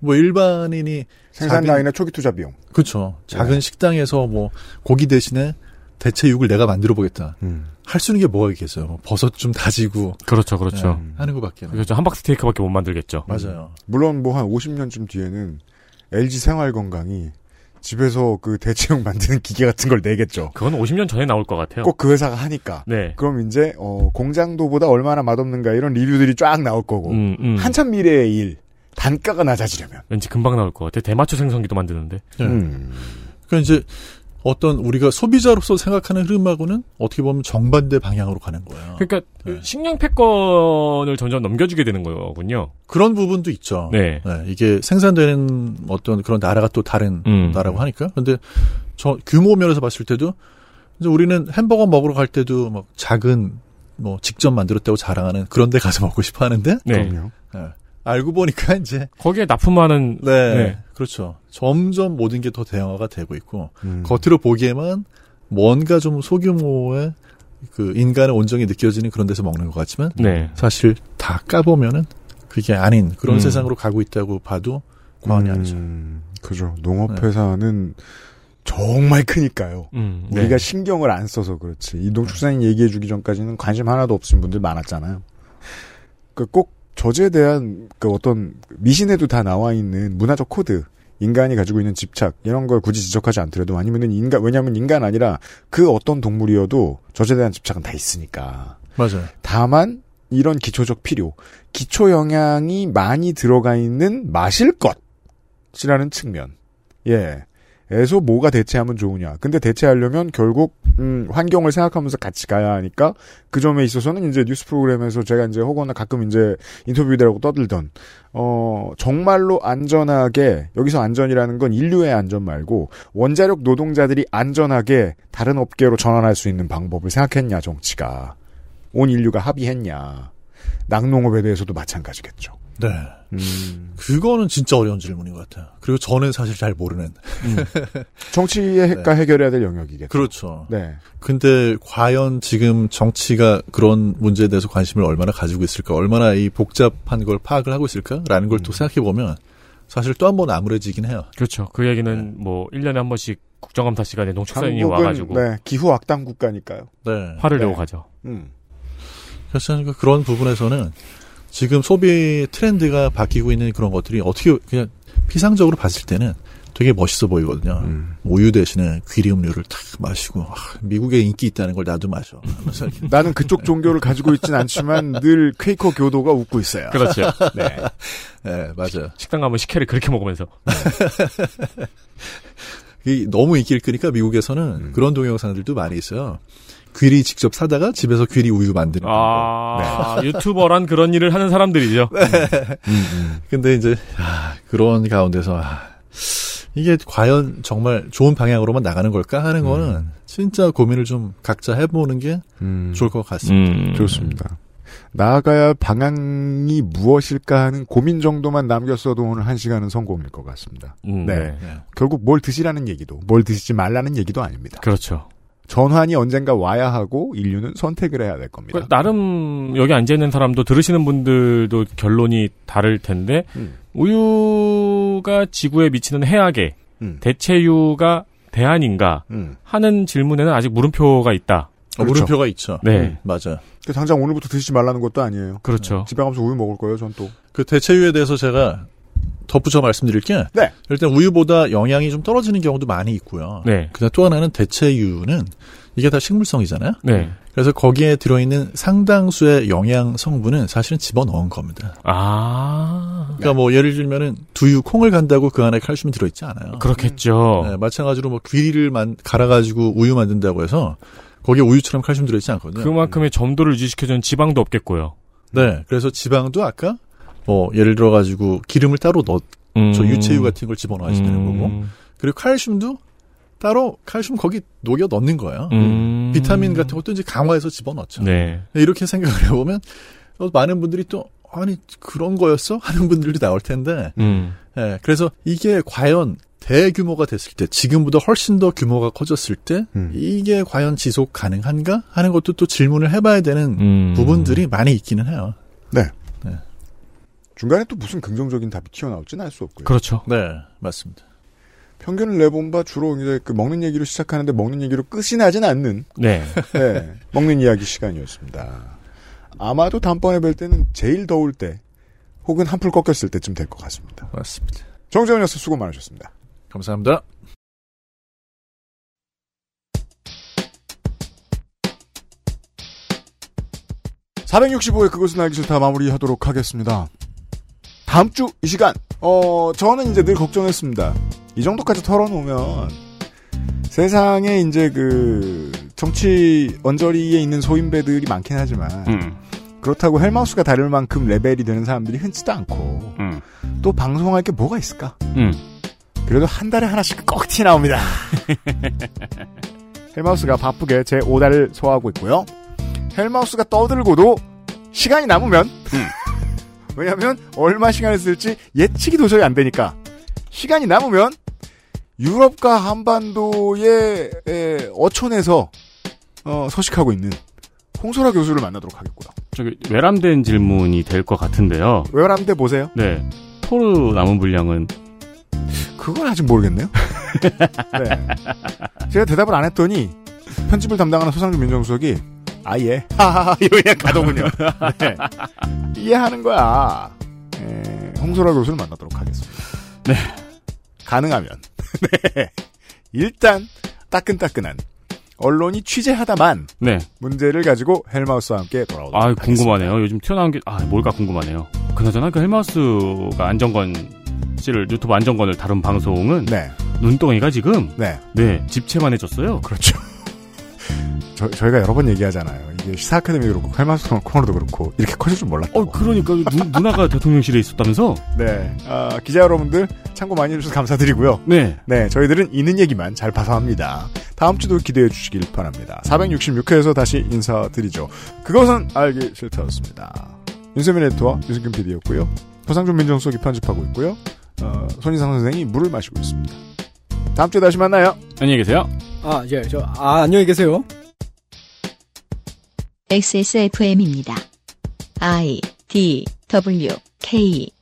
Speaker 8: 뭐 일반인이
Speaker 2: 생산
Speaker 8: 작은-
Speaker 2: 라인의 초기 투자 비용.
Speaker 8: 그렇죠.
Speaker 4: 네.
Speaker 8: 작은 식당에서 뭐 고기 대신에 대체 육을 내가 만들어 보겠다.
Speaker 2: 음.
Speaker 8: 할 수 있는 게 뭐가 있겠어요? 뭐 버섯 좀 다지고
Speaker 4: 그렇죠, 그렇죠.
Speaker 8: 네, 하는 거밖에.
Speaker 4: 그렇죠. 함박 스테이크밖에 못 만들겠죠.
Speaker 8: 맞아요.
Speaker 2: 물론 뭐 한 50년쯤 뒤에는 LG 생활 건강이 집에서 그 대체용 (laughs) 만드는 기계 같은 걸 내겠죠.
Speaker 4: 그건 50년 전에 나올 것
Speaker 8: 그렇죠.
Speaker 4: 같아요.
Speaker 2: 꼭 그 회사가 하니까.
Speaker 4: 네.
Speaker 2: 그럼 이제 어, 공장도보다 얼마나 맛없는가 이런 리뷰들이 쫙 나올 거고
Speaker 4: 음, 음.
Speaker 2: 한참 미래의 일 단가가 낮아지려면
Speaker 4: 왠지 금방 나올 것 같아. 대마초 생성기도 만드는데.
Speaker 8: 네. 그러니까 이제 어떤 우리가 소비자로서 생각하는 흐름하고는 어떻게 보면 정반대 방향으로 가는
Speaker 2: 아,
Speaker 8: 거예요.
Speaker 4: 그러니까
Speaker 2: 네.
Speaker 4: 식량 패권을 점점 넘겨주게 되는 거군요.
Speaker 8: 그런 부분도
Speaker 2: 아.
Speaker 8: 있죠.
Speaker 4: 네.
Speaker 8: 이게 생산되는 어떤 그런 나라가 또 다른
Speaker 4: 음.
Speaker 8: 나라고 하니까. 근데 저 규모 면에서 봤을 때도 이제 우리는 햄버거 먹으러 갈 때도 막 작은 뭐 직접 만들었다고 자랑하는 그런 데 가서 먹고 싶어 하는데
Speaker 4: 네.
Speaker 8: 네. 알고 보니까 (laughs) 이제
Speaker 4: 거기에 납품하는
Speaker 8: 네,
Speaker 4: 네.
Speaker 8: 그렇죠. 점점 모든 게 더 대형화가 되고 있고 겉으로 보기에만 뭔가 좀 소규모의 그 인간의 온정이 느껴지는 그런 데서 먹는 것 같지만
Speaker 2: 음.
Speaker 4: 네.
Speaker 8: 사실 다 까보면은 그게 아닌 그런
Speaker 2: 음.
Speaker 8: 세상으로 가고 있다고 봐도 과언이 아니죠.
Speaker 2: 그죠. 농업회사는 정말 크니까요.
Speaker 4: 음, 네.
Speaker 2: 우리가 신경을 안 써서 그렇지. 이 농축산인 얘기해주기 전까지는 관심 하나도 없으신 분들 많았잖아요. 그 꼭 저제에 대한 그 어떤 미신에도 다 나와 있는 문화적 코드, 인간이 가지고 있는 집착 이런 걸 굳이 지적하지 않더라도 아니면은 인간 왜냐하면 인간 아니라 그 어떤 동물이어도 저제에 대한 집착은 다 있으니까.
Speaker 8: 맞아요.
Speaker 2: 다만 이런 기초적 필요, 기초 영양이 많이 들어가 있는 마실 것이라는 측면, 예, 에서 뭐가 대체하면 좋으냐. 근데 대체하려면 결국 음, 환경을 생각하면서 같이 가야 하니까 그 점에 있어서는 이제 뉴스 프로그램에서 제가 이제 혹은 가끔 이제 인터뷰대라고 떠들던 어 정말로 안전하게 여기서 안전이라는 건 인류의 안전 말고 원자력 노동자들이 안전하게 다른 업계로 전환할 수 있는 방법을 생각했냐 정치가 온 인류가 합의했냐. 낙농업에 대해서도 마찬가지겠죠. 음.
Speaker 8: 네. 그거는 진짜 어려운 질문인 것 같아요. 그리고 저는 사실 잘 모르는.
Speaker 4: 네.
Speaker 2: 정치가 해결해야 될 영역이겠죠.
Speaker 8: 그렇죠.
Speaker 2: 네.
Speaker 8: 근데 과연 지금 정치가 그런 문제에 대해서 관심을 얼마나 가지고 있을까, 얼마나 이 복잡한 걸 파악을 하고 있을까라는 걸 또 생각해 보면 사실 또 한 번 암울해지긴 해요.
Speaker 4: 그렇죠. 그 얘기는 뭐 1년에 한 번씩 국정감사 시간에 농축산인이
Speaker 2: 네. 한국은,
Speaker 4: 와가지고
Speaker 2: 네, 기후 악당 국가니까요.
Speaker 8: 네.
Speaker 4: 화를
Speaker 2: 네.
Speaker 4: 내고 가죠.
Speaker 2: 음.
Speaker 8: 그래서 저는 그- 그런 부분에서는 지금 소비 트렌드가 바뀌고 있는 그런 것들이 어떻게 그냥 피상적으로 봤을 때는 되게 멋있어 보이거든요. 우유 대신에 귀리 음료를 탁 마시고 아, 미국에 인기 있다는 걸 나도 마셔. 하면서 이렇게.
Speaker 2: 나는 그쪽 종교를 가지고 있진 않지만 늘 퀘이커 교도가 웃고 있어요. (laughs)
Speaker 4: 그렇죠.
Speaker 2: 네.
Speaker 8: 네, 맞아요.
Speaker 4: 식당 가면 식혜를 그렇게 먹으면서
Speaker 8: 이 너무 인기를 끄니까 미국에서는
Speaker 2: 음.
Speaker 8: 그런 동영상들도 많이 있어요. 귀리 직접 사다가 집에서 귀리 우유
Speaker 2: 네.
Speaker 8: 만드는.
Speaker 4: 아 유튜버란 그런 일을 하는 사람들이죠.
Speaker 2: 네. 음,
Speaker 8: 근데 이제 아, 그런 가운데서 아, 이게 과연 정말 좋은 방향으로만 나가는 걸까 하는
Speaker 2: 음.
Speaker 4: 음.
Speaker 8: 거는 진짜 고민을 좀 각자 해보는 게 좋을 것 같습니다.
Speaker 2: 음. 네. 좋습니다. 나아가야 할 방향이 무엇일까 하는 고민 정도만 남겼어도 오늘 한 시간은 성공일 것 같습니다.
Speaker 4: 음,
Speaker 2: 네.
Speaker 4: 네.
Speaker 2: 결국 뭘 드시라는 얘기도, 뭘 드시지 말라는 얘기도 아닙니다.
Speaker 4: 그렇죠.
Speaker 2: 전환이 언젠가 와야 하고 인류는 선택을 해야 될 겁니다.
Speaker 4: 그, 나름 여기 앉아 있는 사람도 들으시는 분들도 결론이 다를 텐데
Speaker 8: 음.
Speaker 4: 우유가 지구에 미치는 해악에
Speaker 8: 음.
Speaker 4: 대체유가 대안인가
Speaker 2: 음.
Speaker 4: 하는 질문에는 아직 물음표가 있다.
Speaker 2: 어, 그렇죠. 물음표가 있죠.
Speaker 4: 네,
Speaker 2: 음,
Speaker 8: 맞아.
Speaker 2: 그 당장 오늘부터 드시지 말라는 것도 아니에요.
Speaker 4: 그렇죠.
Speaker 2: 집에 가면서 우유 먹을 거예요, 전 또.
Speaker 8: 그 대체유에 대해서 제가 덧붙여 말씀드릴게.
Speaker 2: 네.
Speaker 8: 일단 우유보다 영양이 좀 떨어지는 경우도 많이 있고요.
Speaker 4: 네.
Speaker 8: 그다음 또 하나는 대체유는 이게 다 식물성이잖아요.
Speaker 4: 네.
Speaker 8: 그래서 거기에 들어있는 상당수의 영양 성분은 사실은 집어넣은 겁니다.
Speaker 4: 아.
Speaker 8: 그러니까 뭐 예를 들면은 두유 콩을 간다고 그 안에 칼슘이 들어있지 않아요.
Speaker 4: 그렇겠죠.
Speaker 8: 네, 마찬가지로 뭐 귀리를 만- 갈아가지고 우유 만든다고 해서 거기에 우유처럼 칼슘 들어있지 않거든요. 음.
Speaker 4: 그만큼의 점도를 유지시켜주는 지방도 없겠고요.
Speaker 8: 네, 그래서 지방도 아까 뭐 예를 들어 가지고 기름을 따로 넣,
Speaker 4: 음.
Speaker 8: 저 유체유 같은 걸 집어 넣어야지 되는
Speaker 4: 음.
Speaker 8: 거고, 그리고 칼슘도 따로 칼슘 거기 녹여 넣는 거예요.
Speaker 4: 음.
Speaker 8: 비타민 같은 것도 이제 강화해서 집어 넣죠.
Speaker 4: 네.
Speaker 8: 이렇게 생각을 해보면 어, 많은 분들이 또 아니 그런 거였어 하는 분들도 나올 텐데,
Speaker 4: 음.
Speaker 8: 예, 그래서 이게 과연 대규모가 됐을 때, 지금보다 훨씬 더 규모가 커졌을 때, 이게 과연 지속 가능한가? 하는 것도 또 질문을 해봐야 되는
Speaker 4: 음.
Speaker 8: 부분들이 많이 있기는 해요.
Speaker 2: 네.
Speaker 8: 네.
Speaker 2: 중간에 또 무슨 긍정적인 답이 튀어나올진 알 수 없고요.
Speaker 4: 그렇죠.
Speaker 8: 네, 맞습니다.
Speaker 2: 평균을 내본 바 주로 이제 그 먹는 얘기로 시작하는데 먹는 얘기로 끝이 나진 않는
Speaker 4: 네.
Speaker 2: (laughs) 네, 먹는 이야기 시간이었습니다. 아마도 다음번에 뵐 때는 제일 더울 때 혹은 한풀 꺾였을 때쯤 될 것 같습니다.
Speaker 8: 맞습니다.
Speaker 2: 정재훈 여사 수고 많으셨습니다.
Speaker 8: 감사합니다.
Speaker 2: 사 465회 그것은 알기 싫다 마무리하도록 하겠습니다. 다음 주 이 시간 어 저는 이제 늘 걱정했습니다. 이 정도까지 털어놓으면 세상에 이제 그 정치 언저리에 있는 소인배들이 많긴 하지만 그렇다고 헬마우스가 다를 만큼 레벨이 되는 사람들이 흔치도 않고 또 방송할 게 뭐가 있을까? 그래도 한 달에 하나씩 꼭 티 나옵니다. 헬마우스가 바쁘게 제 5달을 소화하고 있고요. 헬마우스가 떠들고도 시간이 남으면 (laughs) 왜냐하면 얼마 시간을 쓸지 예측이 도저히 안 되니까 시간이 남으면 유럽과 한반도의 에, 어촌에서 어, 서식하고 있는 홍소라 교수를 만나도록 하겠고요.
Speaker 9: 저기 외람된 질문이 될 것 같은데요.
Speaker 2: 외람돼 보세요.
Speaker 9: 네. 토르 남은 분량은
Speaker 2: 그건 아직 모르겠네요. (laughs) 네. 제가 대답을 안 했더니 편집을 담당하는 소상준 민정수석이 아예 하하하 이러고 그냥 가더군요. 네. 이해하는 거야. 에, 홍소라 교수를 만나도록 하겠습니다. 네. 가능하면. (laughs) 네. 일단 따끈따끈한 언론이 취재하다만
Speaker 9: 네.
Speaker 2: 문제를 가지고 헬마우스와 함께 돌아오도록
Speaker 9: 아
Speaker 2: 하겠습니다.
Speaker 9: 궁금하네요. 요즘 튀어나온 게 아, 뭘까 궁금하네요. 그나저나 그 헬마우스가 안정권 씨를 유튜브 안정권을 다룬 방송은 눈덩이가 지금
Speaker 2: 네.
Speaker 9: 집채만해졌어요.
Speaker 2: 그렇죠. (laughs) 저, 저희가 여러 번 얘기하잖아요. 이게 시사 아카데미도 그렇고 헬마우스 코너도 그렇고 이렇게 커질 줄 몰랐다.
Speaker 9: 어 그러니까 (laughs) 누, 누나가 대통령실에 있었다면서?
Speaker 2: 네. 아, 기자 여러분들 참고 많이 해주셔서 감사드리고요.
Speaker 9: 네.
Speaker 2: 네, 저희들은 있는 얘기만 잘 봐서 합니다. 다음 주도 기대해 주시길 바랍니다. 466회에서 다시 인사드리죠. 그것은 알기 싫다였습니다. 윤세민 에디터와 유승균 PD였고요. 허상준 민정수석이 편집하고 있고요. 어, 손희상 선생이 물을 마시고 있습니다. 다음 주에 다시 만나요.
Speaker 9: 안녕히 계세요.
Speaker 3: 아, 예, 저, 아, 안녕히 계세요.
Speaker 1: XSFM입니다. I D W K